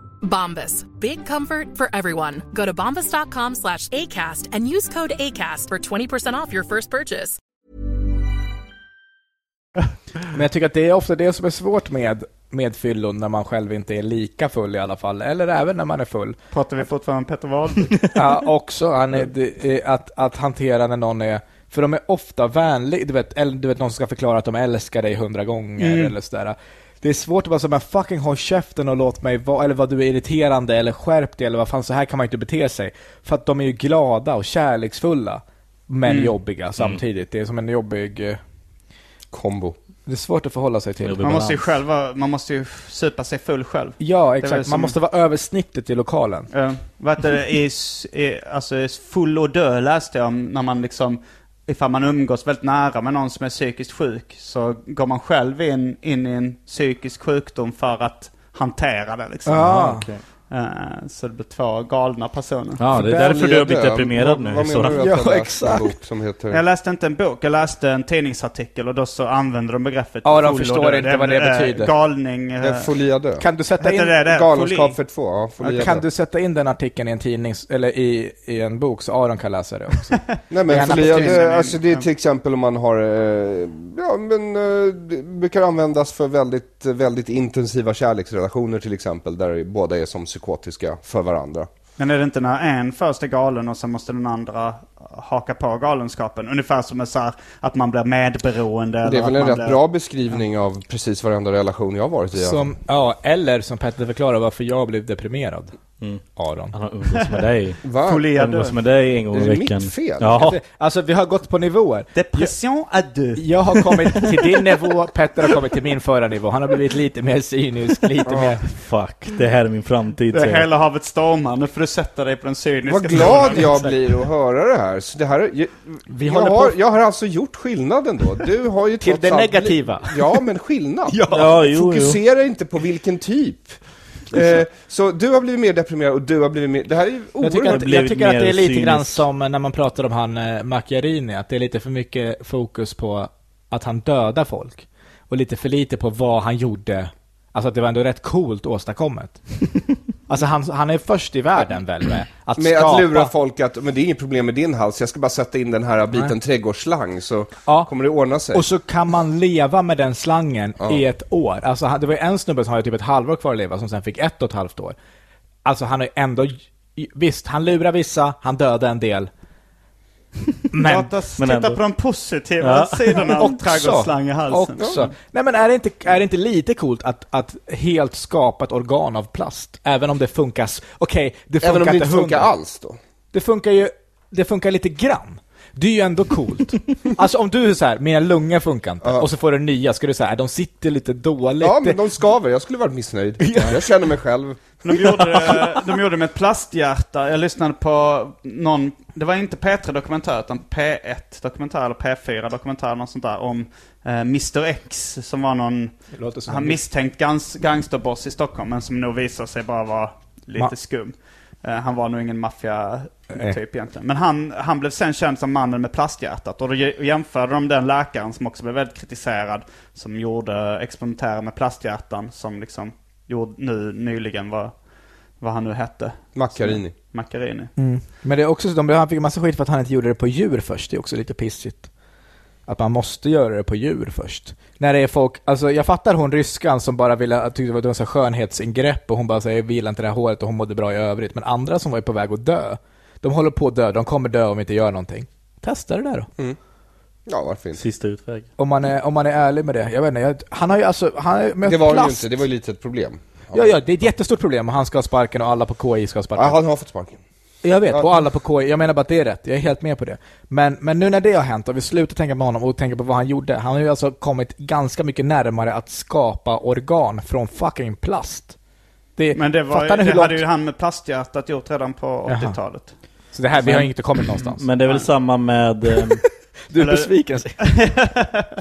S7: Bombas. Big comfort for everyone. Go to bombas.com slash ACAST and use code ACAST for 20% off your first purchase.
S4: Men jag tycker att det är ofta det som är svårt med, med fyllon när man själv inte är lika full i alla fall, eller även när man är full.
S3: Pratar vi fortfarande om Peter Wahlbeck?
S4: Ja, också. Han är, det är att, att hantera när någon är... För
S3: Mm.
S4: de är ofta vänliga. Du vet, eller, du vet någon som ska förklara att de älskar dig hundra gånger eller sådär. Det är svårt att bara säga men fucking håll käften och låt mig vara, eller vad du är irriterande eller skärp dig eller vad fan så här kan man inte bete sig. För att de är ju glada och kärleksfulla. Men
S3: Mm.
S4: jobbiga samtidigt. Det är som en jobbig... eh,
S2: Kombo.
S4: Det är svårt att förhålla sig till.
S3: Man måste, ju själva, man måste ju supa sig full själv.
S4: Ja,
S3: Det är väl
S4: exakt. Man
S3: som-
S4: måste vara över snittet i lokalen.
S3: Ja, vad heter det, i, s- i, alltså i full och dö läste jag om när man liksom, ifall man umgås väldigt nära med någon som är psykiskt sjuk, så går man själv in, in i en psykisk sjukdom för att hantera det liksom.
S4: Ah, okej.
S3: Eh, Så det blir två galna personer.
S1: Ja, det är därför du har blivit deprimerad nu.
S2: Vad menar
S1: Sara.
S2: du att jag läste en bok som
S3: Jag
S2: heter...
S3: läste inte en bok, jag läste en tidningsartikel och då så använder de begreppet
S4: Ja, de
S3: full och
S4: förstår
S3: död.
S4: inte vad det
S3: är, eh,
S4: betyder.
S3: Galning.
S2: Det är
S3: eh,
S2: Folia dö.
S4: Kan du sätta
S3: Hette
S4: in...
S3: det det?
S2: Galenskap
S3: Foli.
S2: för två, ja. Folia
S4: Kan
S2: dö.
S4: du sätta in den artikeln i en tidning, eller i, i en bok, så Aron kan läsa det också?
S2: Nej
S4: Gärna
S2: men
S4: på
S2: folia,
S4: tusen,
S2: det, alltså det är till exempel om man har, eh, ja men eh, det brukar användas för väldigt, väldigt intensiva kärleksrelationer till exempel där båda är som psykotiska för varandra.
S3: Men är det inte när en först är galen och sen måste den andra haka på galenskapen? Ungefär som en så här, att man blir medberoende.
S2: det
S3: eller
S2: är väl en
S3: att man
S2: rätt
S3: blir...
S2: bra beskrivning av precis varenda relation jag har varit i. alltså.
S4: Som, ja, eller som Petter förklarar varför jag blev deprimerad.
S1: Mm.
S4: Aron.
S1: Han har umgåtts med dig.
S2: Va?
S3: Folia dö.
S1: Umgås med dig en gång
S2: Är
S1: i
S2: det
S1: veckan.
S2: mitt fel?
S1: Ja.
S4: Alltså vi har gått på nivåer.
S3: Depression är död.
S4: Jag har kommit till din nivå, Petter har kommit till min förra nivå. Han har blivit lite mer cynisk, lite mer...
S1: Fuck, det här är min framtid.
S3: Det
S1: säger
S3: är
S1: jag.
S3: hela havet stormar, nu får du sätta dig på den cyniska
S2: Vad glad
S3: tonen.
S2: jag blir att höra det här. Så det här är- jag,
S4: Vi
S2: jag,
S4: håller på-
S2: har, jag har alltså gjort skillnaden då. Du har ju
S4: Till
S2: trots
S4: det
S2: allt bli-
S4: negativa.
S2: Ja, men skillnad.
S1: Ja, jo, jo.
S2: Fokusera inte på vilken typ. Eh, så du har blivit mer deprimerad och du har blivit mer... Det här är ju
S4: Jag tycker,
S2: oerhört
S4: att,
S1: blivit
S4: jag tycker att det är
S1: mer
S4: lite grann
S1: cynisk.
S4: som när man pratar om han eh, Macchiarini, att det är lite för mycket fokus på att han dödar folk. Och lite för lite på vad han gjorde. Alltså att det var ändå rätt coolt åstadkommet. alltså han, han är först i världen väl med att
S2: Med
S4: skapa...
S2: att lura folk att, men det är inget problem med din hals, jag ska bara sätta in den här biten trädgårdsslang så
S4: Ja.
S2: kommer det ordna sig.
S4: Och så kan man leva med den slangen
S2: Ja.
S4: i ett år. Alltså han, det var ju en snubbe som hade typ ett halvår kvar att leva, som sen fick ett och ett halvt år. Alltså han har ju ändå... Visst, han lurar vissa, han dödar en del. Men
S3: Låt oss
S1: men
S3: titta
S1: ändå.
S3: på de positiva sidorna av trädgårdsslang i halsen.
S4: Också. Nej men är det inte, är det inte lite coolt att, att helt skapa ett organ av plast? Även om det funkar... s- Okej, det funkar
S2: Även om det inte
S4: hundra.
S2: funkar alls då.
S4: Det funkar ju... Det funkar lite grann. Det är ju ändå coolt. alltså om du är så här, mina lungor funkar inte, och så får du nya, ska du säga de sitter lite dåligt.
S2: Ja, men de skaver, jag skulle varit missnöjd. Jag känner mig själv.
S3: De gjorde, det- de gjorde det med ett plasthjärta. Jag lyssnade på någon, det var inte P3 Dokumentär utan P1 Dokumentär eller P4 Dokumentär något sånt där om eh, Mr X som var någon,
S4: Det låter som
S3: han misstänkt gans, gangsterboss i Stockholm men som nog visade sig bara vara lite
S4: Ma- Eh.
S3: skum. Eh, han var nog ingen maffia
S4: Nej.
S3: typ egentligen. Men han, han blev sen känd som mannen med plasthjärtat. Och då j- jämförde de den läkaren som också blev väldigt kritiserad, som gjorde experimentärer med plasthjärtan, som liksom gjorde nu nyligen var, vad han nu hette,
S2: Macchiarini.
S3: Macchiarini.
S4: Mm. Men det är också så, de, han fick en massa skit för att han inte gjorde det på djur först. Det är också lite pissigt. Att man måste göra det på djur först. När det är folk, alltså jag fattar hon ryskan som bara ville, tyckte det var ett sånt här skönhetsingrepp och hon bara säger jag gillar inte det här håret och hon mådde bra i övrigt. Men andra som var på väg att dö, de håller på att dö, de kommer dö om vi inte gör någonting. Testa det där då.
S2: Ja, varför inte?
S1: Sista utväg.
S4: Om man är, om man är ärlig med det. Jag vet inte, jag, han har ju alltså, han har ju mött
S2: Det var det ju
S4: plast.
S2: inte, det var ju lite ett problem.
S4: Ja, ja, det är ett jättestort problem och han ska ha sparken och alla på KI ska ha sparken.
S2: Ja, han har fått sparken.
S4: Jag vet,
S2: Ja.
S4: och alla på KI. Jag menar bara att det är rätt. Jag är helt med på det. Men, men nu när det har hänt och vi slutar tänka på honom och tänka på vad han gjorde. Han har ju alltså kommit ganska mycket närmare att skapa organ från fucking plast. Det,
S3: Men det, var,
S4: fattar ni
S3: det
S4: hur
S3: hade
S4: långt?
S3: ju han med plasthjärtat gjort redan på
S4: Jaha.
S3: 80-talet.
S4: Så det här, vi har inte kommit någonstans.
S1: Men det är väl samma med... ehm,
S4: du är
S3: eller-
S4: besviken.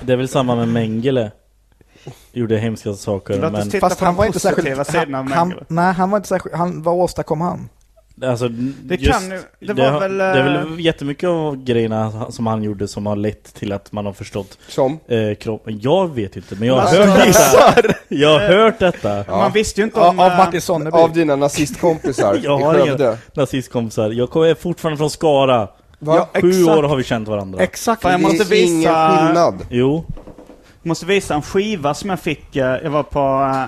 S1: Det är väl samma med Mengele. Gjorde hemska saker,
S3: Låt oss
S1: men...
S3: titta
S4: Fast
S3: på
S4: han
S3: de
S4: var inte
S3: positiva
S4: särskilt...
S3: sidorna av
S4: Han, han,
S3: Mengele.
S4: nej, han var inte särskilt... Han, vad åstadkom han?
S1: Alltså,
S3: Det
S1: just,
S3: kan ju- det var
S1: har-
S3: väl,
S1: Det är
S3: eh,
S1: väl jättemycket av grejerna som han gjorde som har lett till att man har förstått
S2: Som?
S1: eh, kroppen. Jag vet inte, men jag har
S3: Alltså, Eh-
S1: hört detta. Jag har hört detta.
S3: Man visste ju inte om...
S4: Av, av
S3: eh,
S4: Martin Sonneby?
S2: Av dina nazistkompisar
S1: Jag
S2: i
S1: har inga-
S2: Skövde.
S1: Nazistkompisar. Jag kommer- är fortfarande från Skara.
S2: Va?
S4: Ja,
S1: Sju
S4: exakt.
S1: år har vi känt varandra.
S4: Exakt.
S3: Fan, jag måste
S2: Det är ingen
S3: visa-
S2: skillnad.
S1: Jo.
S3: Måste visa en skiva som jag fick. eh, Jag var på... eh,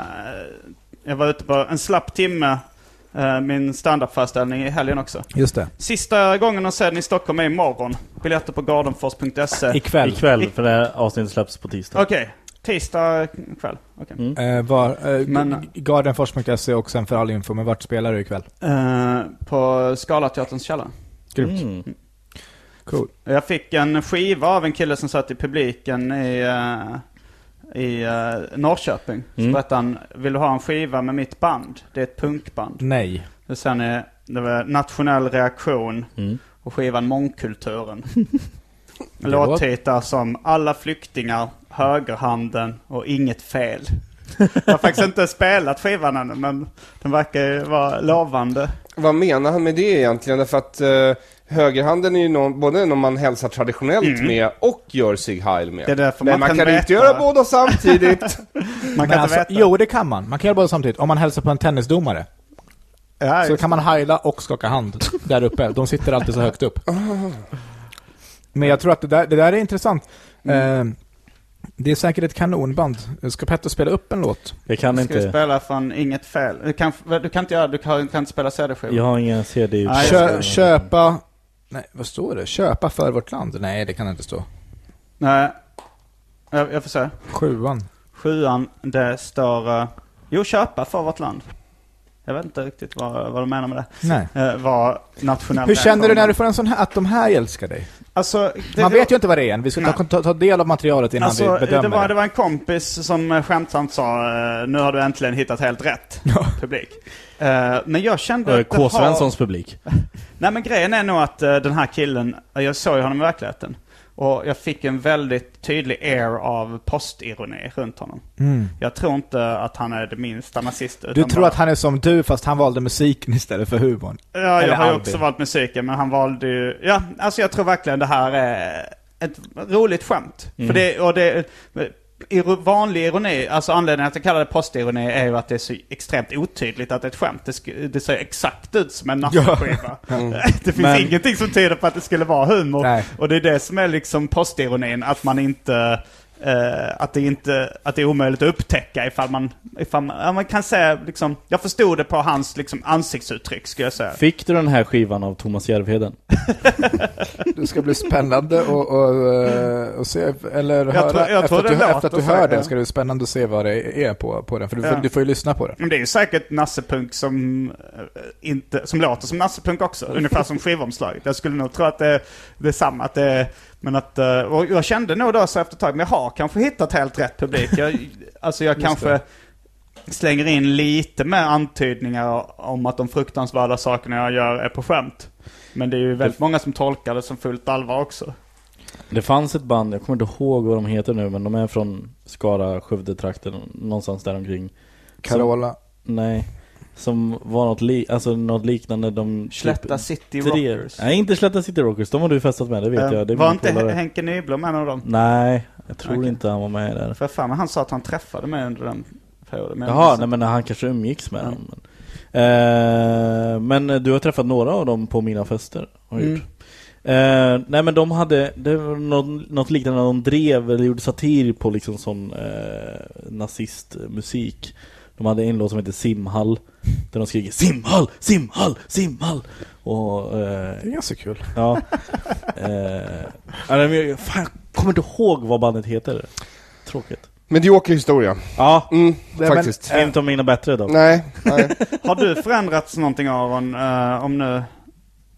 S3: Jag var ute på en slapp timme. eh, Min standupföreställning i helgen också.
S4: Just det.
S3: Sista gången de ser den i Stockholm är imorgon. Biljetter på gardenfors.se. Okej.
S4: Ikväll.
S1: Ikväll, för det här avsnittet släpps på tisdag. Mm.
S3: Okay. Tisdag kväll. Okej.
S4: Eh, var, eh,
S3: Men-
S4: Gardenfors.se och sen E för all info, men vart spelar du ikväll?
S3: Eh, på Scalateaterns källare.
S4: Grymt.
S3: Mm.
S1: Mm.
S4: Cool.
S3: Jag fick en skiva av en kille som satt i publiken i, eh, i eh, Norrköping.
S4: Mm.
S3: Så berättade han, vill du ha en skiva med mitt band? Det är ett punkband.
S4: Nej.
S3: Och sen är det var nationell reaktion
S4: Mm.
S3: och skivan Mångkulturen. Låttitlar som Alla flyktingar, Högerhanden och Inget fel. Jag har faktiskt inte spelat skivan ännu men den verkar ju vara lovande.
S2: Vad menar han med det egentligen? Därför att eh, högerhanden är ju någon, både någon man hälsar traditionellt
S3: Mm.
S2: med och gör sig heil med.
S3: Det är därför
S2: Men
S3: man
S2: man
S3: kan
S2: kan,
S3: veta.
S2: inte göra båda samtidigt.
S3: Man
S4: Men alltså, jo, det kan man. Man kan göra båda samtidigt. Om man hälsar på en tennisdomare. så kan man heila och skaka hand där uppe. De sitter alltid så högt upp.
S3: Ah.
S4: Men jag tror att det där, det där är intressant.
S3: Mm.
S4: Eh, det är säkert ett kanonband. Ska Petter spela upp en låt?
S1: Jag kan
S3: Ska vi spela från Inget fel? Du kan, du kan inte göra, du kan, kan inte spela CD-skivor.
S1: Jag har ingen CD.
S3: Nej, jag
S4: Kö,
S3: ska-
S4: köpa... Nej, vad står det? Köpa för vårt land? Nej, det kan inte stå.
S3: Nej. Jag, jag får se.
S4: Sjuan.
S3: Sjuan, det står... eh, jo, köpa för vårt land. Jag vet inte riktigt vad, vad de menar med det.
S4: Nej.
S3: Eh, vad nationell
S4: Hur känner du
S3: reaktion-
S4: när du får en sån här, att de här älskar dig?
S3: Alltså, det-
S4: Man vet ju inte vad det är än. Vi ska ta,
S3: Nej.
S4: ta, ta del av materialet innan
S3: Alltså,
S4: vi bedömer
S3: det, var,
S4: det.
S3: det var en kompis som eh, skämtsamt sa eh, nu har du äntligen hittat helt rätt publik. Eh, Men jag kände
S1: Eh,
S3: att det
S1: K.
S3: har-
S1: Svenssons publik.
S3: Nej men grejen är nog att eh, den här killen, eh, jag såg ju honom i verkligheten. Och jag fick en väldigt tydlig air av postironi runt honom.
S4: Mm.
S3: Jag tror inte att han är det minsta nazist.
S4: Du
S3: utan
S4: tror
S3: bara-
S4: att han är som du, fast han valde musiken istället för humorn.
S3: Ja,
S4: Eller
S3: jag har ju
S4: Albin.
S3: också valt musiken, men han valde ju... Ja, alltså jag tror verkligen det här är ett roligt skämt.
S4: Mm.
S3: För det, och det, iro, vanlig ironi, alltså anledningen att jag kallar det postironi är ju att det är så extremt otydligt att det är ett skämt. Det, sk- det ser exakt ut som en nattskiva.
S4: Mm.
S3: Det finns
S5: Men-
S3: ingenting som tyder på att det skulle vara humor. Och det är det som är liksom postironin, att man inte... eh, att, det inte, att det är omöjligt att upptäcka ifall man, ifall man, ja, man kan säga liksom, jag förstod det på hans liksom, ansiktsuttryck skulle jag säga.
S1: Fick du den här skivan av Thomas Järvheden?
S4: Det ska bli spännande och, och, eh, och se, eller
S3: Jag
S4: höra,
S3: tror- jag
S4: efter,
S3: tror
S4: att du,
S3: den låter
S4: efter att du
S3: så här,
S4: hör
S3: ja.
S4: den ska det bli spännande att se vad det är på, på den, för du,
S3: Ja.
S4: får, du får ju lyssna på den.
S3: Men det är ju säkert nassepunk som, eh, inte, som låter som nassepunk också. Ungefär som skivomslaget. Jag skulle nog tro att det, det är samma. Att det, är- men att, eh, och jag kände nog då så efter ett tag, men jag har kanske hittat helt rätt publik. Jag, alltså jag
S5: Just
S3: kanske
S5: det.
S3: slänger in lite med antydningar om att de fruktansvärda sakerna jag gör är på skämt. Men det är ju väldigt många som tolkar det som fullt allvar också.
S1: Det fanns ett band, jag kommer inte ihåg vad de heter nu men de är från Skara, Skövde-trakten, någonstans där omkring. Som-
S4: Carola.
S1: Nej. Som var något, li, alltså något liknande de... typ
S3: Slätta City
S1: tre-
S3: Rockers.
S1: Nej, inte Slätta City Rockers. De har du festat med, det vet
S3: Eh,
S1: jag. Det är
S3: var
S1: min
S3: inte
S1: polare.
S3: Henke Nyblom en av dem?
S1: Nej, jag tror
S3: Okej.
S1: inte han var med där.
S3: För fan, men han sa att han träffade mig under den perioden. men jag minns
S1: Jaha,
S3: inte.
S1: nej, men han kanske umgicks med dem. Men, Eh, men du har träffat några av dem på mina fester? Har jag
S3: Mm.
S1: gjort. Eh, nej men de hade, det var något, något liknande, de drev eller gjorde satir på liksom sån eh, nazistmusik. De hade en låt som heter Simhall, där de skriker Simhall, Simhall, Simhall! Och, eh,
S4: det är ganska kul.
S1: Ja. eh, nej, men jag, fan, jag kommer inte ihåg vad bandet heter. Tråkigt.
S2: Medioker historia.
S1: Ja,
S2: mm,
S1: Nej, men-
S2: faktiskt.
S1: Är inte av mina bättre då?
S2: Nej, nej.
S3: Har du förändrats någonting Aron, eh, om nu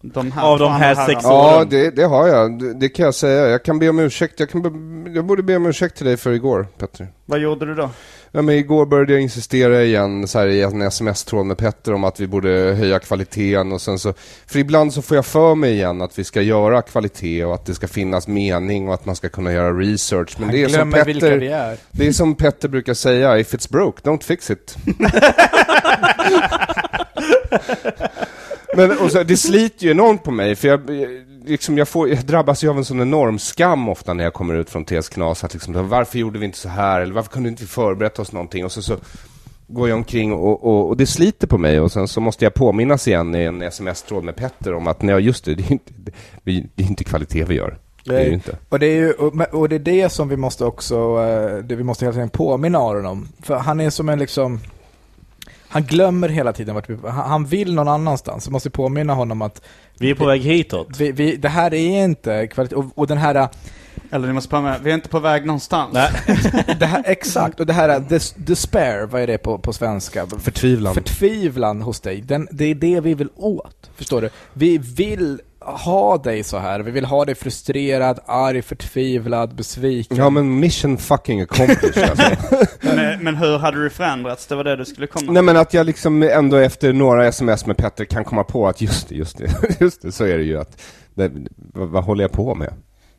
S3: de här
S1: Av de
S3: två
S1: här
S3: andra
S1: sex
S3: herrarna?
S2: Ja, det, det har jag. Det, det kan jag säga. Jag kan be om ursäkt. Jag, kan be, jag borde be om ursäkt till dig för igår, Petter.
S3: Vad gjorde du då?
S2: Ja, men igår började jag insistera igen så här, i en sms-tråd med Petter om att vi borde höja kvaliteten och sen så... För ibland så får jag för mig igen att vi ska göra kvalitet och att det ska finnas mening och att man ska kunna göra research. Men
S4: Han
S2: det är som
S4: glömmer vilka
S2: Petter...
S4: vi är.
S2: Det är som Petter brukar säga, if it's broke, don't fix it. Men och så, det sliter ju enormt på mig, för jag, eh, liksom, jag, får, jag drabbas ju av en sån enorm skam ofta när jag kommer ut från TS Knas. Att liksom, varför gjorde vi inte så här? Eller varför kunde inte vi förberett oss någonting? Och så, så går jag omkring och, och, och det sliter på mig. Och sen så måste jag påminnas igen i en sms-tråd med Petter om att nej, just det, det är ju inte, det, vi- det är inte kvalitet vi gör. Det är det ju inte.
S4: Och det är ju, och, men- och det är det som vi måste också, eh, det vi måste hela tiden påminna Aron om. För han är som en liksom, han glömmer hela tiden vart vi, han han vill någon annanstans. Vi måste påminna honom att
S1: Vi är på väg hitåt.
S4: Vi, vi, det här är inte kvalitet, och, och den här eh,
S3: Eller ni måste vara med, vi är inte på väg någonstans.
S4: det här, exakt, och det här är des, despair, vad är det på, på svenska?
S2: Förtvivlan.
S4: Förtvivlan hos dig. Den, det är det vi vill åt, förstår du? Vi vill ha dig så här. Vi vill ha dig frustrerad, arg, förtvivlad, besviken.
S2: Ja men mission fucking accomplished alltså.
S3: men, men hur hade du förändrats? Det var det du skulle komma
S2: Nej men att jag liksom ändå efter några sms med Petter kan komma på att just det, just det, just det, så är det ju att, det, vad, vad håller jag på med?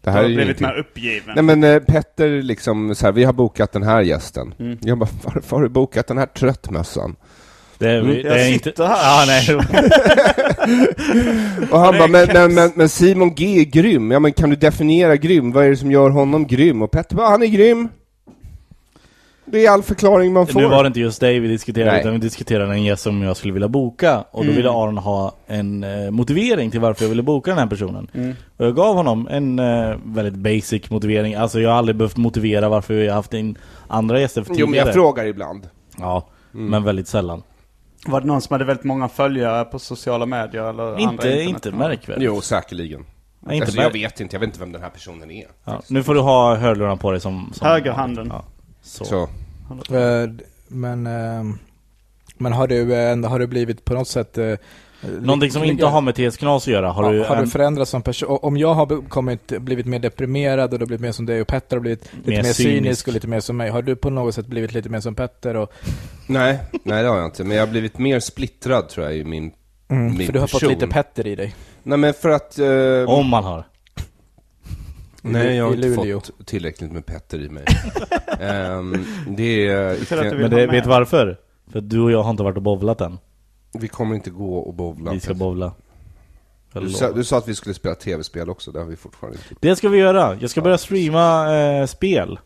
S2: Det
S3: Du har
S2: ju
S3: blivit
S2: ingenting.
S3: mer uppgiven.
S2: Nej men eh, Petter liksom så här, vi har bokat den här gästen.
S3: Mm.
S2: Jag bara, varför har du bokat den här tröttmössan?
S1: Det är,
S2: Mm.
S1: det är
S3: Jag
S1: inte...
S3: sitter här.
S1: Ja, nej.
S2: Och han
S3: Det
S2: bara, men,
S3: krävs.
S2: men, men, men Simon G är grym. Ja men kan du definiera grym? Vad är det som gör honom grym? Och Petter bara, han är grym. Det är all förklaring man får.
S1: Nu var det inte just dig vi diskuterade,
S2: Nej. Mm.
S1: utan vi diskuterade en gäst som jag skulle vilja boka. Och då ville Aron ha en eh, motivering till varför jag ville boka den här personen.
S2: Mm.
S1: Och jag gav honom en eh, väldigt basic motivering. Alltså jag har aldrig behövt motivera varför jag har haft in andra gäster för
S2: Jo
S1: tidigare.
S2: men jag Mm. frågar ibland.
S1: Ja, men väldigt sällan.
S3: Var det någon som hade väldigt många följare på sociala medier eller andra
S1: Inte, inte
S3: internetkanaler?
S1: märkvärdigt.
S2: Jo säkerligen.
S1: Ja, inte
S2: alltså, jag
S1: märk-
S2: vet inte, jag vet inte vem den här personen är.
S1: Ja, nu får du ha hörlurarna på dig som... som
S3: Högerhanden.
S1: Ja, så.
S2: Så.
S4: Eh, Men, eh, men har, du, eh, har du blivit på något sätt... eh,
S1: Någonting som inte har med TS Knas att göra, har
S4: Har,
S1: du...
S4: ja, har
S1: en-
S4: du förändrats som person? och Om jag har be- kommit, blivit mer deprimerad och du har blivit mer som dig och Petter har blivit lite
S1: Mer
S4: mer, cynisk.
S1: cynisk.
S4: och lite mer som mig. Har du på något sätt blivit lite mer som Petter? Och,
S2: Nej, nej det har jag inte. Men jag har blivit mer splittrad tror jag i min, min
S1: Mm.
S4: Mm. för du har fått
S2: person.
S4: lite Petter i dig.
S2: Nej men för att... eh,
S1: Om man har.
S2: nej jag har
S4: i
S2: inte
S4: Luleå.
S2: fått tillräckligt med Petter i mig. Ehm, det är...
S3: För att du vill-
S1: Men
S3: ha
S1: det,
S3: med.
S1: vet du varför? För att du och jag har inte varit och bowlat än.
S2: Vi kommer inte gå och bowla.
S1: Vi ska bowla. Jag
S2: du, sa,
S1: lovar.
S2: du sa att vi skulle spela tv-spel också, det har vi fortfarande inte.
S1: Det ska vi göra. Jag ska börja streama eh, spel.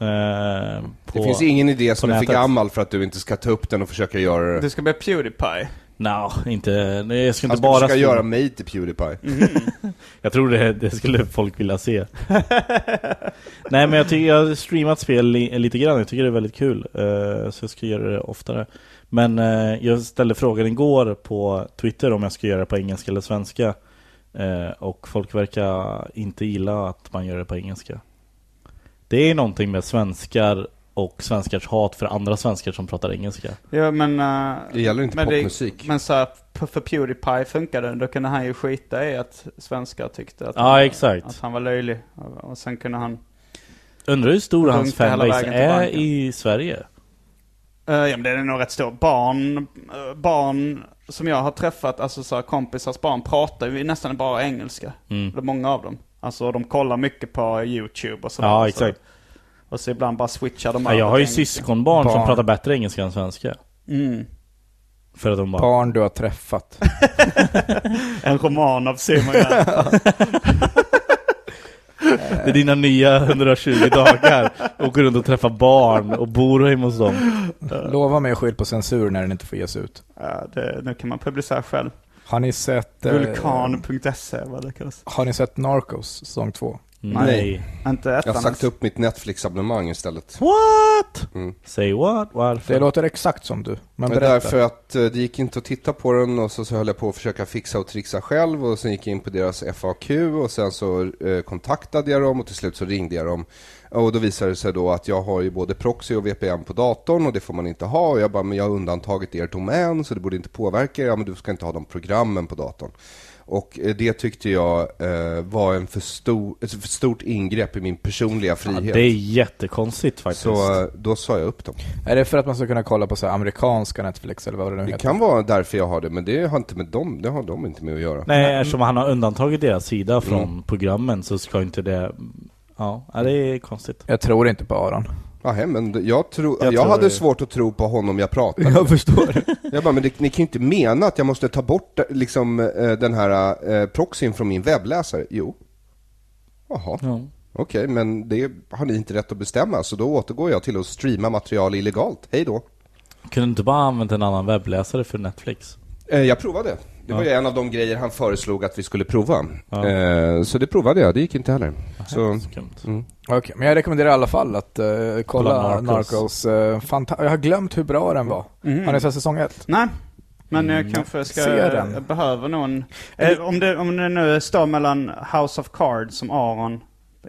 S1: Eh,
S2: Det
S1: på...
S2: finns ingen idé som
S1: på
S2: är för
S1: nätet.
S2: gammal för att du inte ska ta upp den och försöka göra det.
S3: Du ska bli Pewdiepie.
S1: Nå, inte... Nej, jag ska inte
S2: Han ska
S1: bara
S2: försöka
S1: streama.
S2: göra mig till Pewdiepie.
S1: Jag tror det, det skulle folk vilja se. Nej men jag, tycker, jag har streamat spel li, lite grann, jag tycker det är väldigt kul. Eh, så jag ska göra det oftare. Men eh, jag ställde frågan igår på Twitter om jag ska göra det på engelska eller svenska. Eh, och folk verkar inte gilla att man gör det på engelska. Det är någonting med svenskar och svenskars hat för andra svenskar som pratar engelska.
S3: Ja, men... eh,
S2: Det gäller inte
S3: men
S2: popmusik.
S3: men så här, p- för Pewdiepie funkade det. Då kunde han ju skita i att svenskar tyckte att,
S1: Ja,
S3: han,
S1: exakt.
S3: att han var löjlig. Och, och sen kunde han...
S1: Undrar hur stor hans
S3: Funkar hela
S1: fanbase
S3: vägen till
S1: är
S3: banken.
S1: i Sverige?
S3: Eh, ja, men det är nog rätt stor. Barn, eh, barn som jag har träffat, alltså så här, kompisars barn, pratar ju nästan bara engelska.
S1: Mm.
S3: Eller många av dem. Alltså de kollar mycket på YouTube och sådär.
S1: Ja, exakt.
S3: Så, och så ibland bara switchar de
S1: Ja, jag
S3: över
S1: har ju
S3: till engelska.
S1: syskonbarn som
S4: Barn.
S1: pratar bättre engelska än svenska.
S3: Mm.
S1: För att de bara...
S4: Barn du har träffat.
S3: En roman av Simon Gärdenfors.
S1: Det är dina nya 120 dagar. Åker runt och träffar barn och bor hemma hos dem.
S4: Lova mig skydd på censur när den inte får ges ut.
S3: Ja, det, nu kan man publicera själv.
S4: Har ni sett... eh,
S3: Vulkan.se E, vad det kallas.
S4: Har ni sett Narcos, säsong två?
S1: Nej.
S3: Inte
S2: Jag har
S3: ettan.
S2: sagt upp mitt Netflix-abonnemang istället.
S1: What?
S2: Mm.
S1: Say what? Varför?
S4: Det låter exakt som du, men
S2: Men
S4: berätta.
S2: därför att eh, det gick inte att titta på den och så, så höll jag på att försöka fixa och trixa själv och sen gick jag in på deras FAQ och sen så eh, kontaktade jag dem och till slut så ringde jag dem. Och då visade det sig då att jag har ju både proxy och VPN på datorn och det får man inte ha. Och jag bara, men jag har undantagit er domän så det borde inte påverka er. Ja, men du ska inte ha de programmen på datorn. Och eh, det tyckte jag eh, var en för, stor, ett för stort ingrepp i min personliga
S1: Ja,
S2: frihet.
S1: det är jättekonstigt faktiskt.
S2: Så eh, då sa jag upp dem.
S4: Är det för att man ska kunna kolla på så här amerikanska Netflix eller vad det nu
S2: Det
S4: heter?
S2: kan vara därför jag har det, men det har inte med dem, det har de inte med att göra.
S1: Nej, eftersom han har undantagit deras sida från programmen så ska inte det... Ja, ja, det är konstigt.
S4: Jag tror inte på Aron.
S2: Nej, men det- jag, tro,
S1: Jag
S2: jag,
S1: tror
S2: hade
S1: det.
S2: svårt att tro på honom jag pratade
S4: Jag förstår.
S2: Jag bara, men det, ni kan ju inte mena att jag måste ta bort eh, liksom, eh, den här eh, proxyn från min webbläsare. Jo. Jaha,
S1: Ja.
S2: okej, men det har ni inte rätt att bestämma, så då återgår jag till att streama material illegalt. Hej då.
S1: Kunde du inte bara använt en annan webbläsare för Netflix?
S2: Eh, jag provade. Det var ju en av de grejer han föreslog att vi skulle prova. Eh, så det provade jag, det gick inte heller. Så,
S1: Skumt.
S4: Okej, men jag rekommenderar i alla fall att eh, kolla
S1: Kolla
S4: Narcos.
S1: Narcos.
S4: eh, fanta- jag har glömt hur bra den var.
S1: Mhm.
S4: Har
S2: Mm.
S4: ni sett säsong ett?
S3: Nej, men jag kanske ska...
S4: Ser den.
S3: Behöver någon... Eh, om, det, om det nu står mellan House of Cards som Aron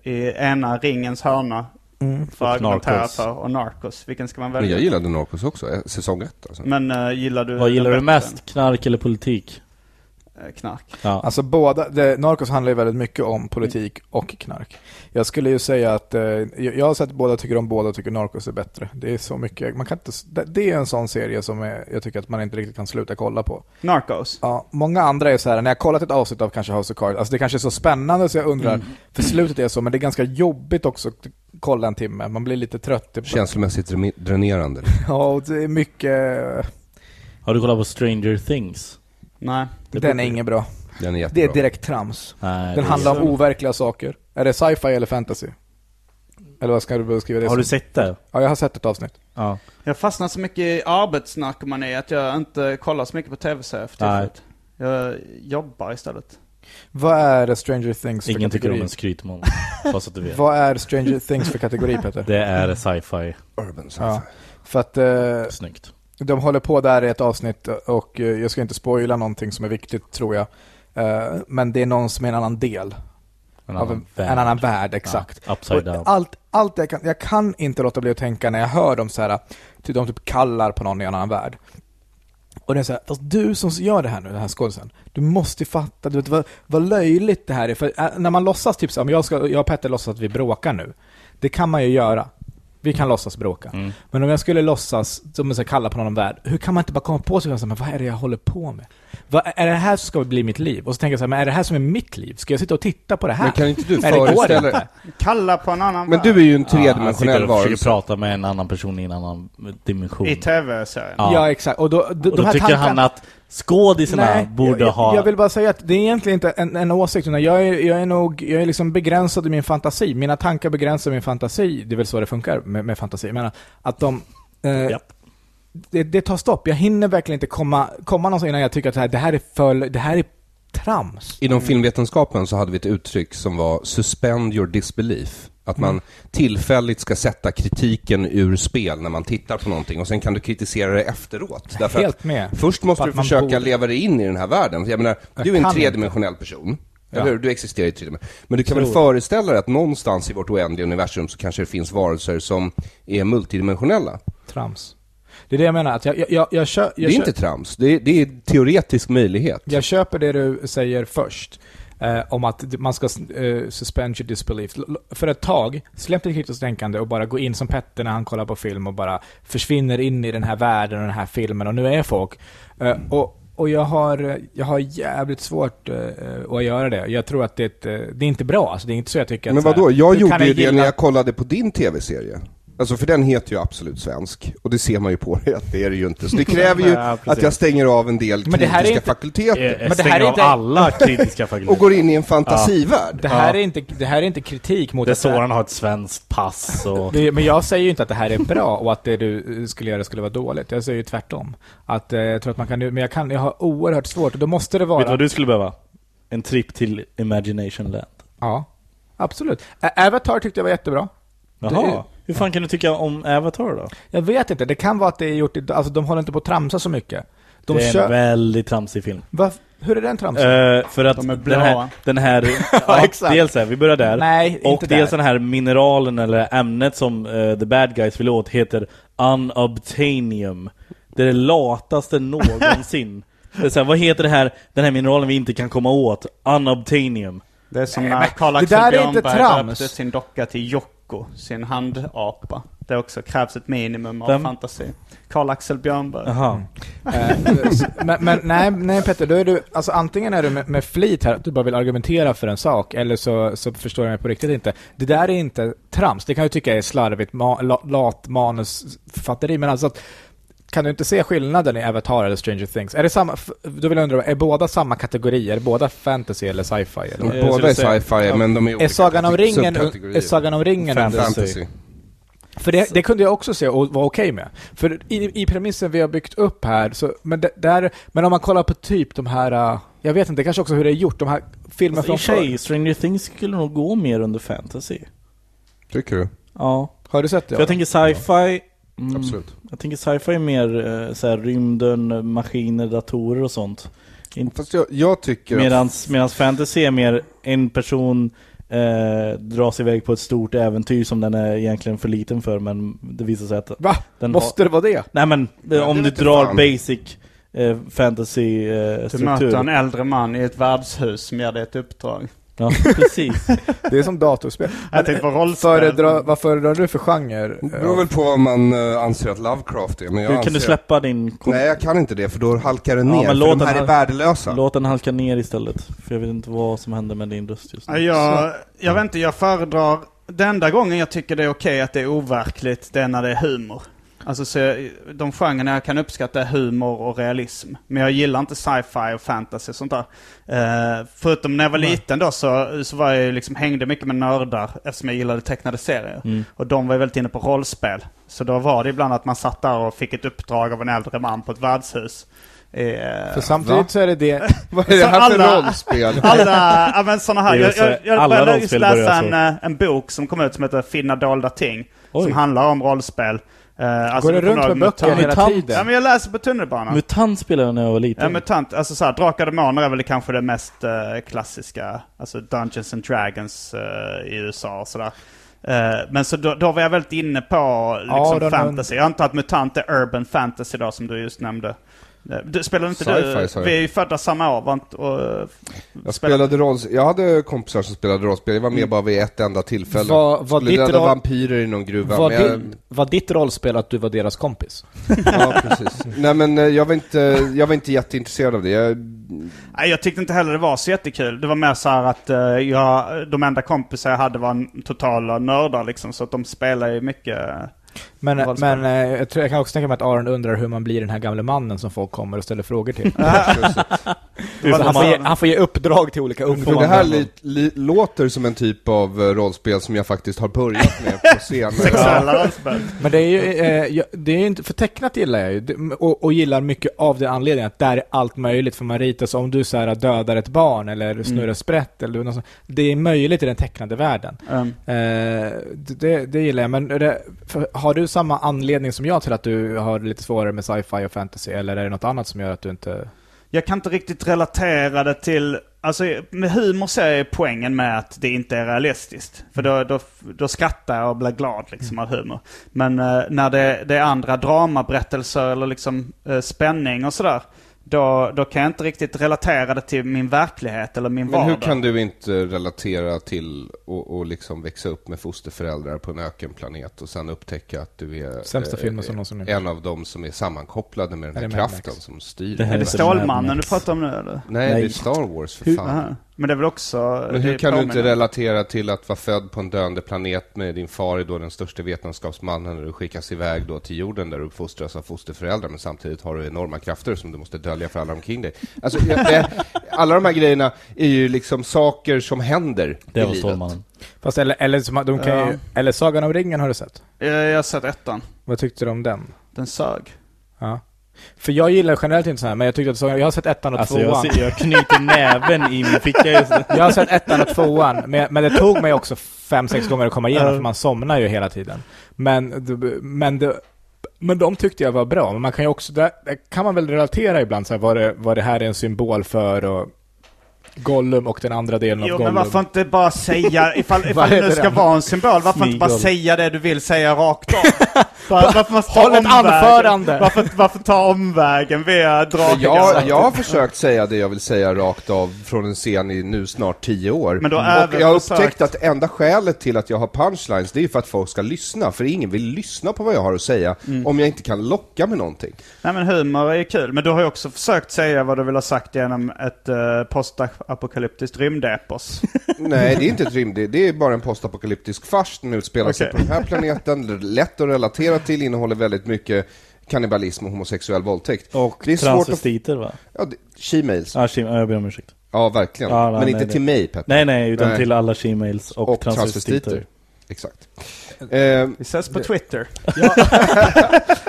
S3: i ena ringens hörna.
S2: Mm.
S3: För
S2: Och
S3: att argumentera
S2: Narcos.
S3: för och Narcos. Vilken ska man välja?
S2: Men jag gillade Narcos också, eh, säsong ett alltså.
S3: Men eh, gillar du...
S1: Vad gillar
S3: den
S1: du
S3: bättre?
S1: mest? Knark eller politik?
S3: Eh, Knark.
S1: Ja.
S4: Alltså båda, det, Narcos handlar ju väldigt mycket om politik och knark. Jag skulle ju säga att eh, jag jag har sett båda, tycker om båda och tycker Narcos är bättre. Det är så mycket, man kan inte, s- det, det är en sån serie som är, jag tycker att man inte riktigt kan sluta kolla på.
S3: Narcos?
S4: Ja, många andra är så här, när jag kollat ett avsnitt av kanske House of Cards, alltså det kanske är så spännande så jag undrar,
S2: Mm.
S4: för slutet är så, men det är ganska jobbigt också att kolla en timme, man blir lite trött. Det-
S2: Känslomässigt drämi- dränerande.
S4: Ja, och det är mycket...
S1: Har du kollat på Stranger Things?
S3: Nej.
S4: Den är ingen bra.
S2: Den är
S4: Det
S2: jättebra.
S4: är direkt trams.
S1: Nej,
S4: den
S1: det
S4: handlar
S1: är-
S4: om overkliga saker. Är det sci-fi eller fantasy? Eller vad ska du beskriva det
S1: Har
S4: som?
S1: du sett det?
S4: Ja, jag har sett ett avsnark.
S1: Ja.
S3: Jag fastnar så mycket i arbetsnarkomani att jag inte kollar så mycket på tv-serier för
S1: Nej.
S3: tillfället. Jag jobbar istället.
S4: Vad är Stranger Things för
S1: Ingen tycker
S4: kategori?
S1: om en skrytmån. Fast att du vet.
S4: Vad är Stranger Things för kategori Peter?
S1: Det är sci-fi.
S2: Urban sci-fi.
S4: Ja, för att... Eh,
S1: Snyggt.
S4: De håller på där i ett avsnitt och eh, jag ska inte spoila någonting som är viktigt tror jag. Eh, Men det är någon som är en annan del.
S1: En
S4: av
S1: annan värld.
S4: en annan värld, exakt.
S1: Ja, upside
S4: Och
S1: down.
S4: Allt, allt jag, kan, jag kan inte låta bli att tänka när jag hör dem så här, typ, de typ kallar på någon i en annan värld. Och det är så här, fast du som gör det här nu, den här skådisen, du måste ju fatta, du vet, vad, vad löjligt det här är. För eh, när man låtsas typ så här, men jag, ska, jag och Petter låtsas att vi bråkar nu. Det kan man ju göra. Vi kan låtsas bråka.
S1: Mm.
S4: Men om jag skulle låtsas, som att kalla på någon värld, hur kan man inte bara komma på sig och säga, men vad är det jag håller på med? Vad, är det här som ska bli mitt liv? Och så tänker jag så här, men är det här som är mitt liv? Ska jag sitta och titta på det här?
S2: Men kan inte du
S4: Nej, det går
S2: föreställa
S4: inte.
S3: Kalla på en annan
S2: Men
S3: värld.
S2: du är ju en
S1: han
S2: tredimensionell
S1: sitter och försöker
S2: varelse.
S1: prata med en annan person i en annan dimension.
S3: I tv-serien.
S1: Ja.
S4: Ja, exakt. Och då, d-
S1: och
S4: de
S1: då
S4: här
S1: tycker
S4: tankarna...
S1: han att skådisarna
S4: Nej,
S1: borde
S4: jag, jag,
S1: ha...
S4: Jag vill bara säga att det är egentligen inte en, en åsikt, utan jag är, jag är nog, jag är liksom begränsad i min fantasi. Mina tankar begränsar min fantasi, det är väl så det funkar med, med fantasi. Jag menar, att de... Eh,
S1: Japp.
S4: det, det tar stopp. Jag hinner verkligen inte komma, komma någonstans innan jag tycker att det här, det här är full, det här är trams.
S1: Mm.
S2: Inom filmvetenskapen så hade vi ett uttryck som var “suspend your disbelief”. Att
S1: Mm.
S2: man tillfälligt ska sätta kritiken ur spel när man tittar på någonting och sen kan du kritisera det efteråt. Därför
S4: Helt
S2: att
S4: med.
S2: Först
S4: På
S2: måste
S4: att
S2: du
S4: man
S2: försöka
S4: borde-
S2: leva dig in i den här världen. Jag menar,
S4: Jag
S2: du är en
S4: kan
S2: tredimensionell person.
S4: Ja.
S2: Eller hur? Du existerar i tredimensionell. Men du kan väl
S4: Tror.
S2: föreställa dig att någonstans i vårt oändliga universum så kanske det finns varelser som är multidimensionella.
S4: Trams. Det är det jag menar, att jag, jag, jag, jag, kö, jag
S2: det är
S4: kö-
S2: inte trams. Det är, det är teoretisk möjlighet.
S4: Jag köper det du säger först. Eh, om att d- man ska eh, suspend your disbelief. L- l- För ett tag, släpp ditt kritiskt tänkande och bara gå in som Petter när han kollar på film och bara försvinner in i den här världen och den här filmen och nu är folk. Eh, och och jag, har, eh, jag har jävligt svårt eh, eh, att göra det. Jag tror att det, är ett, eh, det är inte bra. Alltså, det är inte så jag tycker
S2: Men
S4: att... så här,
S2: vadå, jag
S4: hur kan
S2: gjorde ju det
S4: gilla-
S2: när jag kollade på din tv-serie. Alltså för den heter ju Absolut Svensk, och det ser man ju på dig att det är det ju inte. Så det kräver ju
S1: Ja, precis.
S2: att jag stänger av en del
S4: Men det här är
S2: kritiska
S4: inte- Eh,
S2: fakulteter.
S1: Men
S4: det
S1: det
S4: här är
S1: eh, av
S4: inte-
S1: alla kritiska fakulteter.
S2: Och går in i en fantasivärld.
S4: Det här, är inte, det här är inte kritik mot...
S1: Det är
S4: att
S1: så
S4: det här-
S1: han har ett svenskt pass och...
S4: Det, men jag säger ju inte att det här är bra och att det du eh, skulle göra skulle vara dåligt. Jag säger ju tvärtom. Att, eh, jag tror att man kan, men jag, kan, jag har oerhört svårt och då måste det
S1: Vet du
S4: vara...
S1: vad du skulle behöva? En tripp till Imagination Land.
S4: Ja, absolut. Ä- Avatar tyckte jag var jättebra.
S1: Jaha.
S4: Det-
S1: Hur fan kan du tycka om Avatar då?
S4: Jag vet inte, det kan vara att det är gjort i, Alltså de håller inte på att tramsa så mycket. De
S1: det är
S4: kör...
S1: en väldigt tramsig film.
S4: Va, hur är den tramsig?
S1: Eh, för att
S3: De är
S1: den här,
S3: blåa.
S1: den här
S4: Ja,
S1: ja,
S4: exakt.
S1: dels är vi börjar där,
S4: Nej,
S1: och
S4: inte
S1: dels
S4: där.
S1: den här mineralen eller ämnet som eh, the bad guys vill åt heter unobtainium. Det är det lataste någonsin. det är så här, vad heter det här, den här mineralen vi inte kan komma åt? Unobtainium.
S3: Det är som
S4: Nej,
S3: när
S4: men
S3: Karl
S4: det
S3: Axel
S4: där är
S3: Björnberg
S4: inte trams.
S3: döpte sin docka till Jocko, sin handapa. Det också krävs ett minimum av
S1: Vem?
S3: fantasi. Karl Axel Björnberg.
S1: Jaha.
S4: Eh, s- men, men nej, nej Petter, då är du, alltså antingen är du med, med flit här, att du bara vill argumentera för en sak, eller så, så förstår jag mig på riktigt inte. Det där är inte trams, det kan jag tycka är slarvigt, ma, la, lat manusförfatteri, men alltså att kan du inte se skillnaden i Avatar eller Stranger Things? Är det samma, f- då vill jag undra, är båda samma kategori? Är det båda fantasy eller sci-fi? Eller?
S2: De,
S1: Eh, så
S2: båda
S1: du
S2: är
S1: säger-
S2: sci-fi, men de är
S4: Är
S2: olika
S4: Sagan om ringen,
S2: subkategorier.
S4: är Sagan om ringen under-
S2: Fantasy.
S4: för det, det kunde jag också se och vara okej med. För i, i premissen vi har byggt upp här, så, men, det, där, men om man kollar på typ de här, äh, jag vet inte, kanske också hur det är gjort, de här filmerna
S1: Alltså, I och för
S4: från
S1: sig,
S4: förr.
S1: Stranger Things skulle nog gå mer under fantasy.
S2: Tycker du?
S1: Ja.
S4: Har du sett det?
S1: För jag tänker sci-fi, mm,
S2: Absolut.
S1: jag tänker sci-fi är mer eh, så här, rymden, maskiner, datorer och sånt.
S2: Fast jag, jag tycker att
S1: Medans, medans fantasy är mer en person, eh, dras iväg på ett stort äventyr som den är egentligen för liten för men det visar sig att...
S4: Va?
S1: Den
S4: Måste det vara det?
S1: Nej men eh,
S4: Ja, det
S1: om du
S4: vete
S1: drar
S4: fan.
S1: basic eh, fantasy eh,
S3: Du möter en
S1: struktur.
S3: äldre man i ett värdshus som ger dig ett uppdrag.
S1: Ja, precis.
S4: Det är som datorspel.
S3: Jag tänkte på rollspel.
S4: Föredrar, vad föredrar du för genre?
S2: Det beror väl på vad man eh, anser att Lovecraft är. Men jag
S1: Du,
S2: anser...
S1: kan du släppa din... kom-
S2: Nej, jag kan inte det för då halkar den ner.
S1: men
S2: för de här
S1: hal-
S2: är värdelösa.
S1: Låt den halka ner istället. För jag vet inte vad som händer med din röst just
S3: Ja,
S1: nu.
S3: Jag, jag vet inte, jag föredrar... Den enda gången jag tycker det är okej att det är overkligt, det är när det är humor. Alltså så jag, de genrerna jag kan uppskatta är humor och realism. Men jag gillar inte sci-fi och fantasy och sånt där. Eh, förutom när jag var liten då så, så var jag ju liksom, hängde mycket med nördar eftersom jag gillade tecknade serier.
S1: Mm.
S3: Och de var ju väldigt inne på rollspel. Så då var det ibland att man satt där och fick ett uppdrag av en äldre man på ett värdshus. Eh,
S4: Äh, För samtidigt
S3: va?
S4: så är det det...
S2: Vad är det
S3: Så
S2: här för
S3: alla-
S2: rollspel?
S3: Alla, ja men sådana här.
S1: Det är
S3: Jag,
S1: så-
S3: jag, jag
S1: alla
S3: började just
S1: rollspel
S3: läsa
S1: börjar
S3: en,
S1: så.
S3: eh, en bok som kom ut som heter Finna dolda ting.
S1: Oj.
S3: Som handlar om rollspel. Eh, alltså,
S4: Går du
S3: kommer
S4: runt
S3: ihåg
S4: med böcker
S3: MUTANT?
S4: hela
S1: Mutant.
S3: Ja
S4: tiden?
S3: men jag läser på tunnelbanan.
S1: Mutant spelade jag när jag var liten.
S3: Ja, MUTANT, alltså såhär, Drakar och Demoner är väl kanske det mest eh, klassiska, alltså Dungeons and Dragons eh, i USA och sådär. Eh, men så då, då var jag väldigt inne på liksom,
S4: den-
S3: fantasy. Jag antar att MUTANT är urban fantasy då som du just nämnde. Eh, Du, spelade inte
S2: Sci-fi, sa
S3: du?
S2: jag.
S3: Vi är ju födda samma år, var inte, och, eh,
S2: Jag, spelade rolls... jag hade kompisar som spelade rollspel. Jag var med bara vid ett enda tillfälle.
S4: Var- var
S2: Skulle
S4: Mm. ditt
S2: rädda
S4: roll-
S2: vampyrer i någon gruva.
S4: Var,
S2: men jag...
S4: din, var ditt rollspel att du var deras kompis?
S2: Ja, precis. Nej men eh, jag var, inte, jag var inte jätteintresserad av det. Jag...
S3: Nej, jag tyckte inte heller det var så jättekul. Det var mer så här att eh, jag, de enda kompisar jag hade var n- totala nördar liksom, så att de spelar ju mycket. eh,
S4: Men,
S3: Rollspel.
S4: men eh, jag, tror, jag kan också tänka mig att Aron undrar hur man blir den här gamle mannen som folk kommer och ställer frågor till.
S3: Det var
S4: Så han, får
S3: de-
S4: ge, han får ge uppdrag till olika
S2: För det
S4: ungdomar.
S2: här li, li, låter som en typ av eh, rollspel som jag faktiskt har börjat med på senare.
S3: sexuella rollspel.
S4: Men det är ju, eh, jag- det är ju inte, för tecknat gillar jag ju, Det- och, och gillar mycket av den anledningen att där är allt möjligt för man ritar, så om du så här dödar ett barn eller snurrar sprätt eller något sånt, det är möjligt i den tecknade världen.
S3: Ehm,
S4: Eh, det, det gillar jag, men är det, för, har du samma anledning som jag till att du har lite svårare med sci-fi och fantasy, eller är det något annat som gör att du inte...
S3: jag kan inte riktigt relatera det till... Alltså med humor så är poängen med att det inte är realistiskt. För då, då, då skrattar jag och blir glad
S2: Mm.
S3: liksom av humor. Men eh, när det, det är andra dramaberättelser eller liksom eh, spänning och sådär. Då, då kan jag inte riktigt relatera det till min verklighet eller min
S2: Men
S3: vardag.
S2: hur kan du inte relatera till och, och liksom växa upp med fosterföräldrar på en ökenplanet och sen upptäcka att du är
S4: Sämsta filmen som någonsin gjorts.
S2: Eh, en av dem som är sammankopplade med den
S4: Är
S2: här
S4: det Mad
S2: kraften
S4: Max?
S2: som styr?
S1: Det här
S3: Är
S1: är
S3: det
S2: världen?
S1: väl Mad
S3: Stålmannen du
S1: Max.
S3: pratar om nu eller?
S2: Nej, det är
S1: Nej.
S2: Star Wars för
S3: Hur,
S2: fan.
S3: aha. Men det är väl också...
S2: Men
S3: det
S2: hur kan du inte
S3: påminner.
S2: relatera till att vara född på en döende planet med din far är då den största vetenskapsmannen och du skickas iväg då till jorden där du uppfostras av fosterföräldrar men samtidigt har du enorma krafter som du måste dölja för alla omkring dig. Alltså, jag, det, alla de här grejerna är ju liksom saker som händer
S1: det
S2: i
S1: var
S2: livet.
S1: Stålmannen.
S4: Fast eller, eller, som- de kan ju,
S3: Ja.
S4: eller Sagan om ringen har du sett?
S3: Eh, Jag har sett ettan.
S4: Vad tyckte du om den?
S3: Den sög.
S4: Ja. För jag gillar generellt inte så här, men jag tyckte att Sagan, jag har sett ettan och
S1: Alltså
S4: tvåan.
S1: jag, ser- jag knyter näven i min ficka just nu.
S4: Jag har sett ettan och tvåan, men, men det tog mig också fem, sex gånger att komma igenom, för man somnar ju hela tiden. Men, det- men, det, men de tyckte jag var bra, men man kan ju också, där, där kan man väl relatera ibland så här, vad, det, vad det här är en symbol för och Gollum och den andra delen av
S3: Jo men
S4: Gollum.
S3: varför inte bara säga, ifall, ifall
S4: Vad
S3: det
S4: heter
S3: nu ska
S4: den?
S3: vara en symbol, varför inte bara
S1: Smygol.
S3: säga det du vill säga rakt av? Bara- varför måste
S4: Håll ett anförande.
S3: Varför, varför ta omvägen via
S2: Men
S3: draken?
S2: Jag, jag har försökt säga det jag vill säga rakt av från en scen i nu snart tio år. Mm.
S3: Men då
S2: och
S3: även
S2: jag har
S3: försökt.
S2: upptäckt att enda skälet till att jag har punchlines, det är ju för att folk ska lyssna. För ingen vill lyssna på vad jag har att säga
S1: Mm.
S2: om jag inte kan locka med någonting.
S3: Nej men humor är ju kul, men du har ju också försökt säga vad du vill ha sagt genom ett eh, postapokalyptiskt rymdepos.
S2: Nej, det är inte ett rymd, det- det är bara en postapokalyptisk fars. Den utspelar sig
S3: Okej.
S2: på den här planeten, lätt att relatera till, innehåller väldigt mycket kannibalism och homosexuell våldtäkt.
S1: Och
S2: det är svårt att...
S1: transvestiter va?
S2: Ja, det... She-mails.
S1: Ah, shim, jag ber om ursäkt.
S2: Ja, verkligen.
S1: Ja, nej,
S2: Men inte
S1: nej,
S2: till
S1: det-
S2: mig,
S4: Typ.
S2: Petter.
S1: Nej nej, utan
S2: Nej.
S1: till alla shemales och,
S2: Och
S1: transvestiter.
S2: transvestiter. Exakt. Eh,
S3: Vi ses på Twitter.
S1: Ja,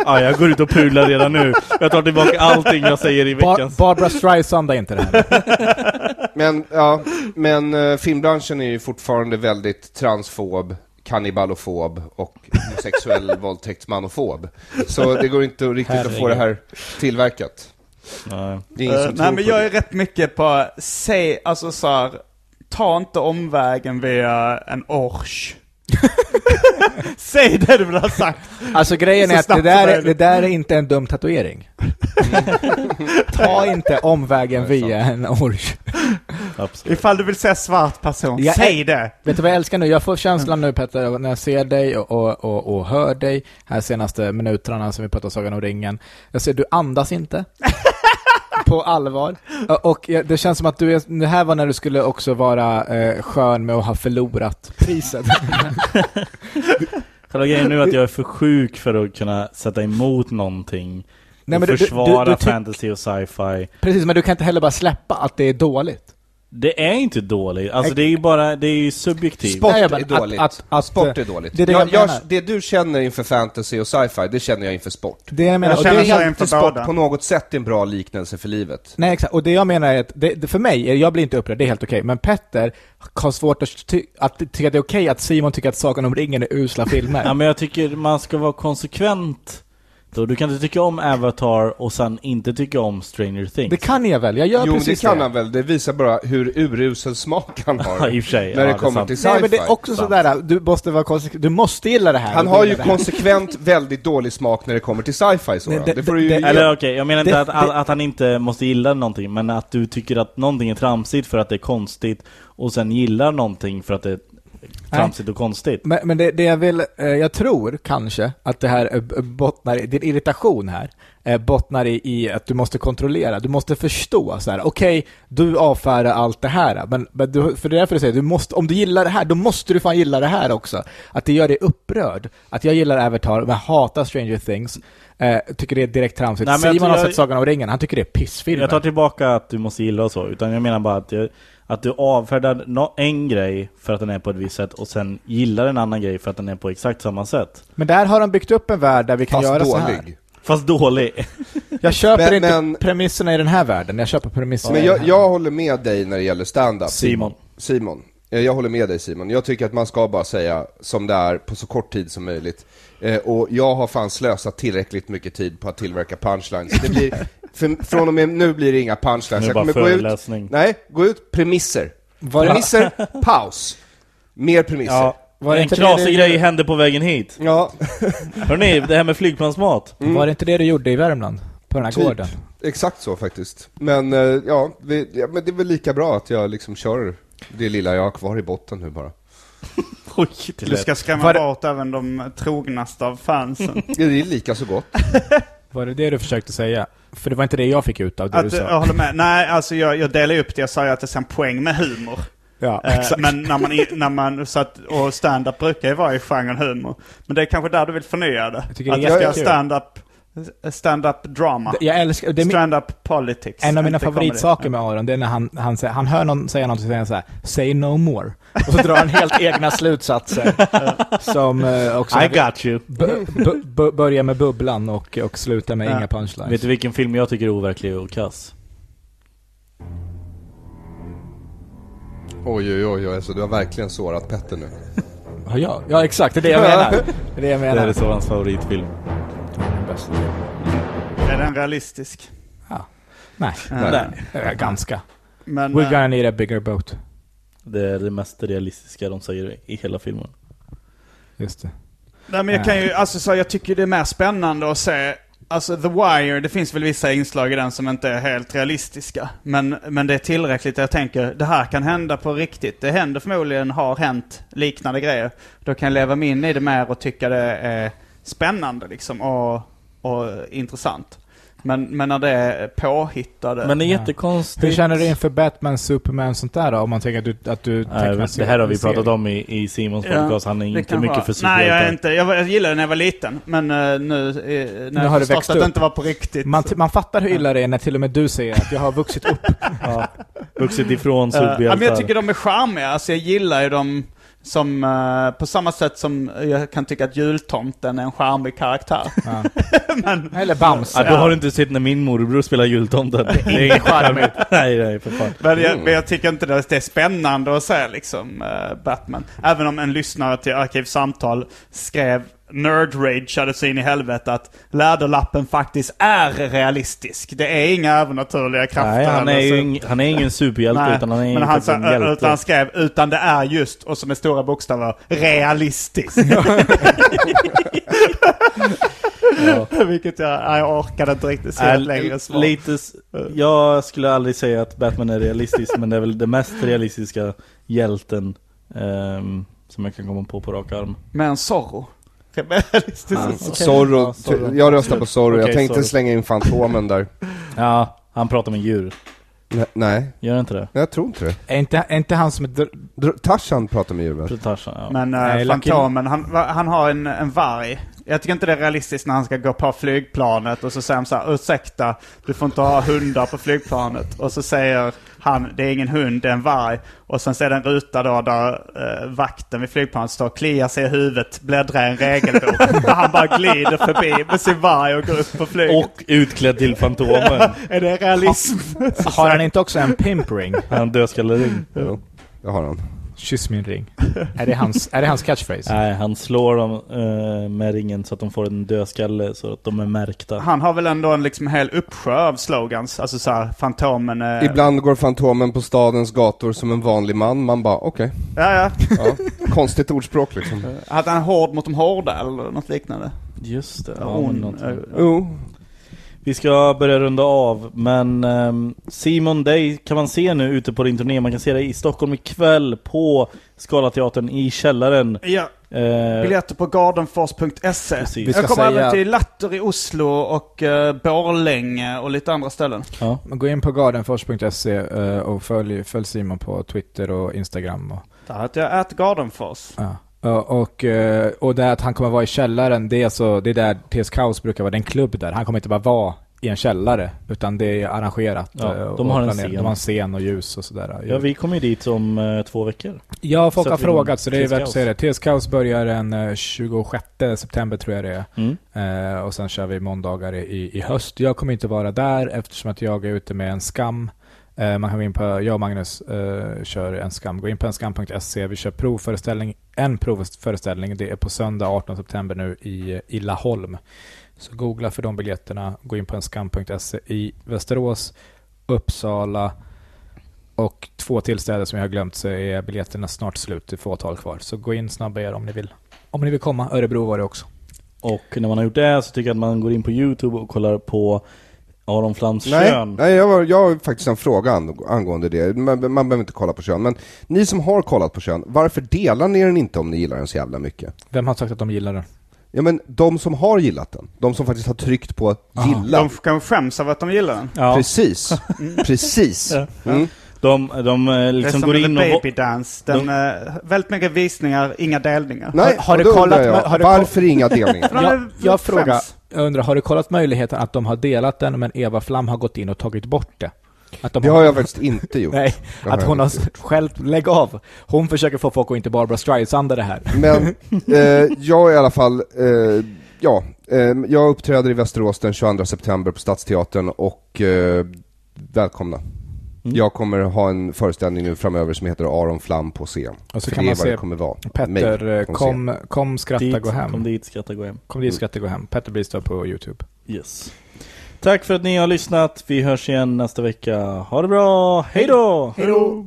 S1: Ah, jag går ut och pular redan nu. Jag tar tillbaka allting jag säger i
S4: Bar-
S1: veckans...
S4: Barbara Streisand är inte det här.
S2: Men, ja, men eh, filmbranschen är ju fortfarande väldigt transfob, kannibalofob och homosexuell våldtäktsmanofob. Så det går inte riktigt att få det här tillverkat.
S1: Nej.
S2: Det är ingen
S3: Eh,
S2: som
S3: nej
S2: tror
S3: men
S2: på
S3: jag
S2: det.
S3: är rätt mycket på, säg, alltså så här, ta inte omvägen via en orch. Säg det du vill ha sagt.
S4: Alltså grejen
S3: Så
S4: är att det
S3: snabbt
S4: där,
S3: som
S4: är-
S3: möjligt.
S4: det där är inte en dum tatuering.
S2: Mm,
S4: Ta inte omvägen via en orch.
S3: Ifall du vill se svart person,
S4: Jag
S3: säg
S4: äl-
S3: det!
S4: Vet du vad jag älskar nu? Jag får känslan nu Petter, av när jag ser dig och, och, och, och hör dig här senaste minuterna som vi pratar om Sagan om ringen. Jag ser, du andas inte. på allvar. Och- Och jag- det känns som att du är, det här var när du skulle också vara eh, skön med att ha förlorat priset.
S1: Själva grejen nu är att jag är för sjuk för att kunna sätta emot någonting.
S4: Nej, men
S1: och
S4: du- du- du-
S1: försvara
S4: du tyck-
S1: fantasy och sci-fi.
S4: Precis, men du kan inte heller bara släppa att det är dåligt.
S1: Det är inte dåligt. Alltså det är ju bara, det är ju subjektivt.
S2: Sport
S4: Nej, jag
S2: är
S4: menar att-
S2: dåligt.
S4: att- att-
S2: sport är dåligt.
S4: det är det
S2: jag,
S4: jag
S2: jag,
S4: menar.
S2: eh, det du känner inför fantasy och sci-fi, det känner jag inför sport.
S4: Det jag menar,
S2: jag
S4: och
S2: känner
S4: det är
S2: inte
S4: helt-
S2: inför
S4: inför
S2: sport
S4: båda.
S2: på något sätt är en bra liknelse för livet.
S4: Nej, exakt. Och det jag menar är att, det, det, för mig, är- jag blir inte upprörd, det är helt okej. Men Petter har svårt att, ty- att tycka att det är okej att Simon tycker att Sagan om ringen är usla filmer.
S1: Ja men jag tycker man ska vara konsekvent. Då. Du kan inte tycka om Avatar och sen inte tycka om Stranger Things.
S4: Det kan jag väl? Jag gör
S2: jo, men det
S4: precis
S2: kan han väl. Det visar bara hur urusel smak han
S1: Ja,
S2: har.
S1: i och för sig.
S2: När
S1: Ja,
S2: det
S1: det är
S2: kommer
S1: sant.
S2: till
S4: Nej,
S2: sci-fi.
S4: men det är också
S2: Sant.
S4: sådär, du måste vara konsekvent, du måste gilla det här.
S2: Han
S4: och
S2: har
S4: gilla
S2: ju
S4: det här.
S2: konsekvent väldigt dålig smak när det kommer till sci-fi, så
S4: Nej,
S2: det,
S4: det-
S2: det får du ju
S4: det-
S2: ge.
S1: Eller okej, jag menar inte
S4: Det-
S1: att,
S4: det-
S1: att, att han inte måste gilla någonting, men att du tycker att någonting är tramsigt för att det är konstigt och sen gillar någonting för att det är tramsigt och konstigt.
S4: Men, men det, det jag vill, eh, jag tror kanske att det här eh, b- bottnar i, din irritation här, eh, bottnar i, i att du måste kontrollera, du måste förstå så här. okej, du avfärdar allt det här, men, men du, för det är därför du säger, du måste, om du gillar det här, då måste du fan gilla det här också. Att det gör dig upprörd, att jag gillar Avatar, men hatar Stranger Things, eh, tycker det är direkt tramsigt.
S1: Nej, men jag
S4: Simon har
S1: tror jag-
S4: sett Sagan om ringen, han tycker det är pissfilmer.
S1: Jag tar tillbaka att du måste gilla och så, utan jag menar bara att, jag, att du avfärdar nå- en grej för att den är på ett visst sätt och sen gillar en annan grej för att den är på exakt samma sätt.
S4: Men där har de byggt upp en värld där vi kan
S2: Fast
S4: göra så här.
S2: dålig.
S1: Fast dålig.
S4: Jag köper
S2: Men-
S4: inte
S2: men-
S4: premisserna i den här världen, jag köper premisserna
S2: Men
S4: i den
S2: jag,
S4: här.
S2: jag håller med dig när det gäller stand-up.
S1: Simon.
S2: Simon. Eh, Jag håller med dig Simon. Jag tycker att man ska bara säga som det är på så kort tid som möjligt. Eh, och jag har fan slösat tillräckligt mycket tid på att tillverka punchlines. Det blir, för, från och med nu blir det inga punchlines.
S1: Nu är det bara föreläsning.
S2: ut, nej, gå ut, premisser.
S4: Var-
S2: Premisser, paus. Mer premisser.
S1: Ja.
S2: Ja.
S4: Var det
S1: en
S4: inte det
S1: knasig
S4: du-
S1: grej hände på vägen hit. Hörrni, det här med flygplansmat.
S4: Var det inte det du gjorde i Värmland? På den här
S2: Typ.
S4: gården?
S2: Exakt så faktiskt. Men, eh, ja, vi, ja, men det är väl lika bra att jag liksom kör det lilla jag har kvar i botten nu bara.
S1: Oj, det
S3: Du
S1: lät.
S3: ska skrämma
S4: Var det-
S3: bort även de trognaste av fansen.
S2: Det är lika så gott.
S4: Var det det du försökte säga? För det var inte det jag fick ut av det
S3: att,
S4: du
S3: jag
S4: sa.
S3: håller med. Nej, alltså jag, jag delar upp det. Jag sa ju att det är en poäng med humor.
S4: Ja,
S3: Eh, Men när man, i- när man så att, och stand-up brukar ju vara i genren humor. Men det är kanske där du vill förnya det.
S4: Jag tycker det är
S3: att jag ska göra
S4: jättekul.
S3: stand-up, stand-up drama.
S4: Jag älskar, det är min,
S3: Stand-up politics.
S4: en av mina
S3: inte
S4: favoritsaker
S3: comedy.
S4: med Aron, det är när han, han, säger, han hör någon säga någonting och säger han så här, say no more. Och så drar han helt egna slutsatser. som eh, också...
S1: I got you.
S4: b- b- b- börjar med bubblan och, och slutar med
S3: Ja.
S4: inga punchlines.
S1: Vet du vilken film jag tycker är overklig och kass?
S2: Oj, oj, oj, oj, alltså du har verkligen sårat Petter nu.
S4: Ja, ja, ja, exakt. Det är det jag menar. Det är det jag menar.
S1: Det är så hans favoritfilm.
S4: Bäst.
S3: Är den realistisk?
S4: Nej.
S2: Nej.
S4: Eh, Ganska.
S3: Men,
S4: We're
S3: eh,
S4: gonna need a bigger boat.
S1: Det är det mest realistiska de säger i hela filmen.
S4: Just det.
S3: Nej men jag kan ju, alltså så jag tycker det är mer spännande att se, alltså The Wire, det finns väl vissa inslag i den som inte är helt realistiska. Men, men det är tillräckligt, jag tänker det här kan hända på riktigt. Det händer förmodligen, har hänt liknande grejer. Då kan jag leva mig in i det mer och tycka det är spännande liksom och, och intressant. Men, men när det är påhittade...
S1: Men det är
S4: Ja.
S1: jättekonstigt.
S4: Hur känner du inför Batman, Superman och sånt där då? Om man tänker att du... Att du
S1: Nej,
S4: tecknar
S1: det här har vi
S4: serier.
S1: pratat om i, i Simons
S3: Ja,
S1: podcast. Han är
S3: det
S1: inte
S3: kan
S1: mycket
S3: vara-
S1: för
S3: Nej, jag är
S1: superhjältar.
S3: inte. Jag, var- jag gillade den när jag var liten. Men eh, nu, eh, när
S4: har
S3: jag
S4: det
S3: förstått
S4: växt
S3: att
S4: upp.
S3: det inte var på riktigt.
S4: Man, t- man fattar hur illa det är när till och med du säger att jag har vuxit upp.
S1: Ja. Vuxit ifrån
S3: Eh, ja, men jag tycker
S1: superhjältar.
S3: de är charmiga, alltså jag gillar ju dem som, eh, på samma sätt som jag kan tycka att jultomten är en charmig karaktär.
S4: Eller Bamse.
S1: Ja, då har du inte sett när min morbror spelar jultomten. Det är inte charmigt. nej, nej, för fan.
S3: Men jag, men jag tycker inte det, det är spännande att se liksom eh, Batman. Även om en lyssnare till Arkivsamtal skrev nerd-rageade sig in i helvete att läderlappen faktiskt är realistisk. Det är inga övernaturliga krafter. alltså."
S1: Nej, han är
S3: eller så.
S1: ju ing, han är ingen superhjälte
S3: Nej,
S1: utan han är ju
S3: men han,
S1: faktiskt
S3: sa,
S1: en hjälte.
S3: utan han skrev utan det är just, och så med stora bokstäver, realistiskt. Vilket jag, jag orkade inte riktigt se
S1: Äh,
S3: ett längre svar.
S1: lite, s- jag skulle aldrig säga att Batman är realistisk men det är väl det mest realistiska hjälten ehm, som jag kan komma på på rak arm.
S3: Med en Zorro. Realistiskt.
S2: Ja,
S1: Okej.
S2: Zorro,
S1: Ja, Zorro.
S2: jag röstar på Zorro. jag
S1: Okej,
S2: tänkte
S1: Zorro.
S2: slänga in Fantomen där.
S1: Ja, han pratar med djur.
S2: Nej.
S1: Gör han inte det?
S2: Jag tror inte det.
S4: Är inte, är inte han som är... dr-
S2: Dr- Tarzan pratar med djur väl?
S1: Tarzan, ja.
S3: Men eh,
S4: Nej, Lucky-
S3: Fantomen, han, va- han har en, en varg. Jag tycker inte det är realistiskt när han ska gå på flygplanet och så säger han så här, ursäkta, du får inte ha hundar på flygplanet. Och så säger han, det är ingen hund, det är en varg. Och sen så är det en ruta då där eh, vakten vid flygplanet står och kliar sig i huvudet, bläddrar i en regelbok. och han bara glider förbi med sin varg och går upp på flyget.
S1: Och utklädd till Fantomen.
S3: är det realism?
S4: Har han inte också en pimp ring?
S1: Han dödskallering.
S2: Jo, det har han.
S4: Kyss min ring. Är det hans, är det hans catchphrase?
S1: Nej, han slår dem eh, med ringen så att de får en dödskalle så att de är märkta.
S3: Han har väl ändå en liksom hel uppsjö av slogans. Alltså så här, Fantomen...
S1: Äh.
S3: eh,
S2: Ibland går Fantomen på stadens gator som en vanlig man. Man bara, okej.
S3: Ja, ja.
S2: Ja. Konstigt ordspråk liksom.
S3: Att han är hård mot de hårda eller något liknande.
S1: Just det.
S3: Ja,
S1: Ja,
S3: hon,
S1: men någonting.
S3: eh,
S2: Jo.
S1: Vi ska börja runda av, men ehm, Simon Day kan man se nu ute på din turné. Man kan se dig i Stockholm ikväll på Scalateatern i källaren.
S3: Ja,
S1: Eh,
S3: biljetter på gardenfors.se.
S1: Precis. Vi
S3: E. Jag
S4: ska
S3: kommer
S4: säga-
S3: även till Latter i Oslo och uh, Borlänge och lite andra ställen.
S1: ja.
S4: Men Gå in på gardenfors.se eh, och följ, följ Simon på Twitter och Instagram. Och,
S3: Där heter jag Ät Gardenfors.
S4: ja. Ja, och, eh, och det att han kommer vara i källaren, det är, alltså, det är där TS Kaos brukar vara, det är en klubb där. Han kommer inte bara vara i en källare, utan det är arrangerat.
S1: Ja,
S4: eh,
S1: de
S4: och
S1: har en
S4: planerat.
S1: scen.
S4: de har en scen och ljus och sådär.
S1: ja, vi kommer ju dit om eh, två veckor.
S4: Ja, folk
S1: Så
S4: har
S1: att vi-
S4: frågat så det är
S1: TS
S4: värt att
S1: Kaos.
S4: säga det. TS Kaos börjar den eh, 26 september tror jag det
S1: Mm.
S4: är. Eh, och sen kör vi måndagar i, i höst. Jag kommer inte vara där eftersom att jag är ute med en skam. Eh, man kan gå in på, jag och Magnus eh, kör en skam. Gå in på enskam.se. Vi kör provföreställning, en provföreställning. Det är på söndag 18 september nu i, i Laholm. Så googla för de biljetterna. Gå in på enskam.se i Västerås, Uppsala, och två till städer som jag har glömt så är biljetterna snart slut. Det är fåtal kvar. Så gå in snabba er om ni vill. Om ni vill komma. Örebro var det också.
S1: Och när man har gjort det så tycker jag att man går in på Youtube och kollar på Aron Flams
S2: Nej,
S1: kön.
S2: nej jag, var, jag har faktiskt en fråga ang- angående det. Man, man behöver inte kolla på kön, men ni som har kollat på kön, varför delar ni den inte om ni gillar den så jävla mycket?
S4: Vem har sagt att de gillar den?
S2: Ja men de som har gillat den, de som faktiskt har tryckt på
S4: Ah,
S2: gilla.
S3: De f- kan skäms över att de gillar den.
S1: Ja,
S2: Precis, precis. Mm.
S1: de, de eh,
S3: det är
S1: liksom
S3: som
S1: går in och...
S3: The Baby Dance. Den, eh, väldigt mycket visningar, inga delningar.
S2: Nej,
S4: har du
S2: och då
S4: kollat
S2: undrar jag,
S4: med- har du
S2: varför inga delningar?
S3: Men
S4: Jag,
S3: det-
S4: jag,
S3: skäms.
S4: frågar, jag undrar, har du kollat möjligheten att de har delat den men Eva Flam har gått in och tagit bort det? Att de
S2: Det har jag faktiskt inte gjort.
S4: Nej,
S2: Det har
S4: att
S2: jag
S4: hon
S2: inte
S4: har själv, lägg av. Hon försöker få folk att inte Barbara Stridesanda det här.
S2: Men eh, jag i alla fall, eh, ja, eh, jag uppträder i Västerås den 22 september på Stadsteatern och eh, välkomna.
S4: Mm.
S2: Jag kommer ha en föreställning nu framöver som heter Aron Flam på scen.
S4: Och så
S2: För
S4: kan
S2: det
S4: man
S2: är vad
S4: se
S2: det kommer vara. Mig
S4: Petter, eh,
S2: på scen.
S4: kom, kom skratta
S1: dit,
S4: gå hem.
S1: Kom
S4: Kom dit,
S1: dit, skratta, gå hem.
S4: skratta gå hem. Petter Bristad på YouTube.
S1: Yes. Tack för att ni har lyssnat. Vi hörs igen nästa vecka. Ha det bra. Hej då!
S3: Hej då.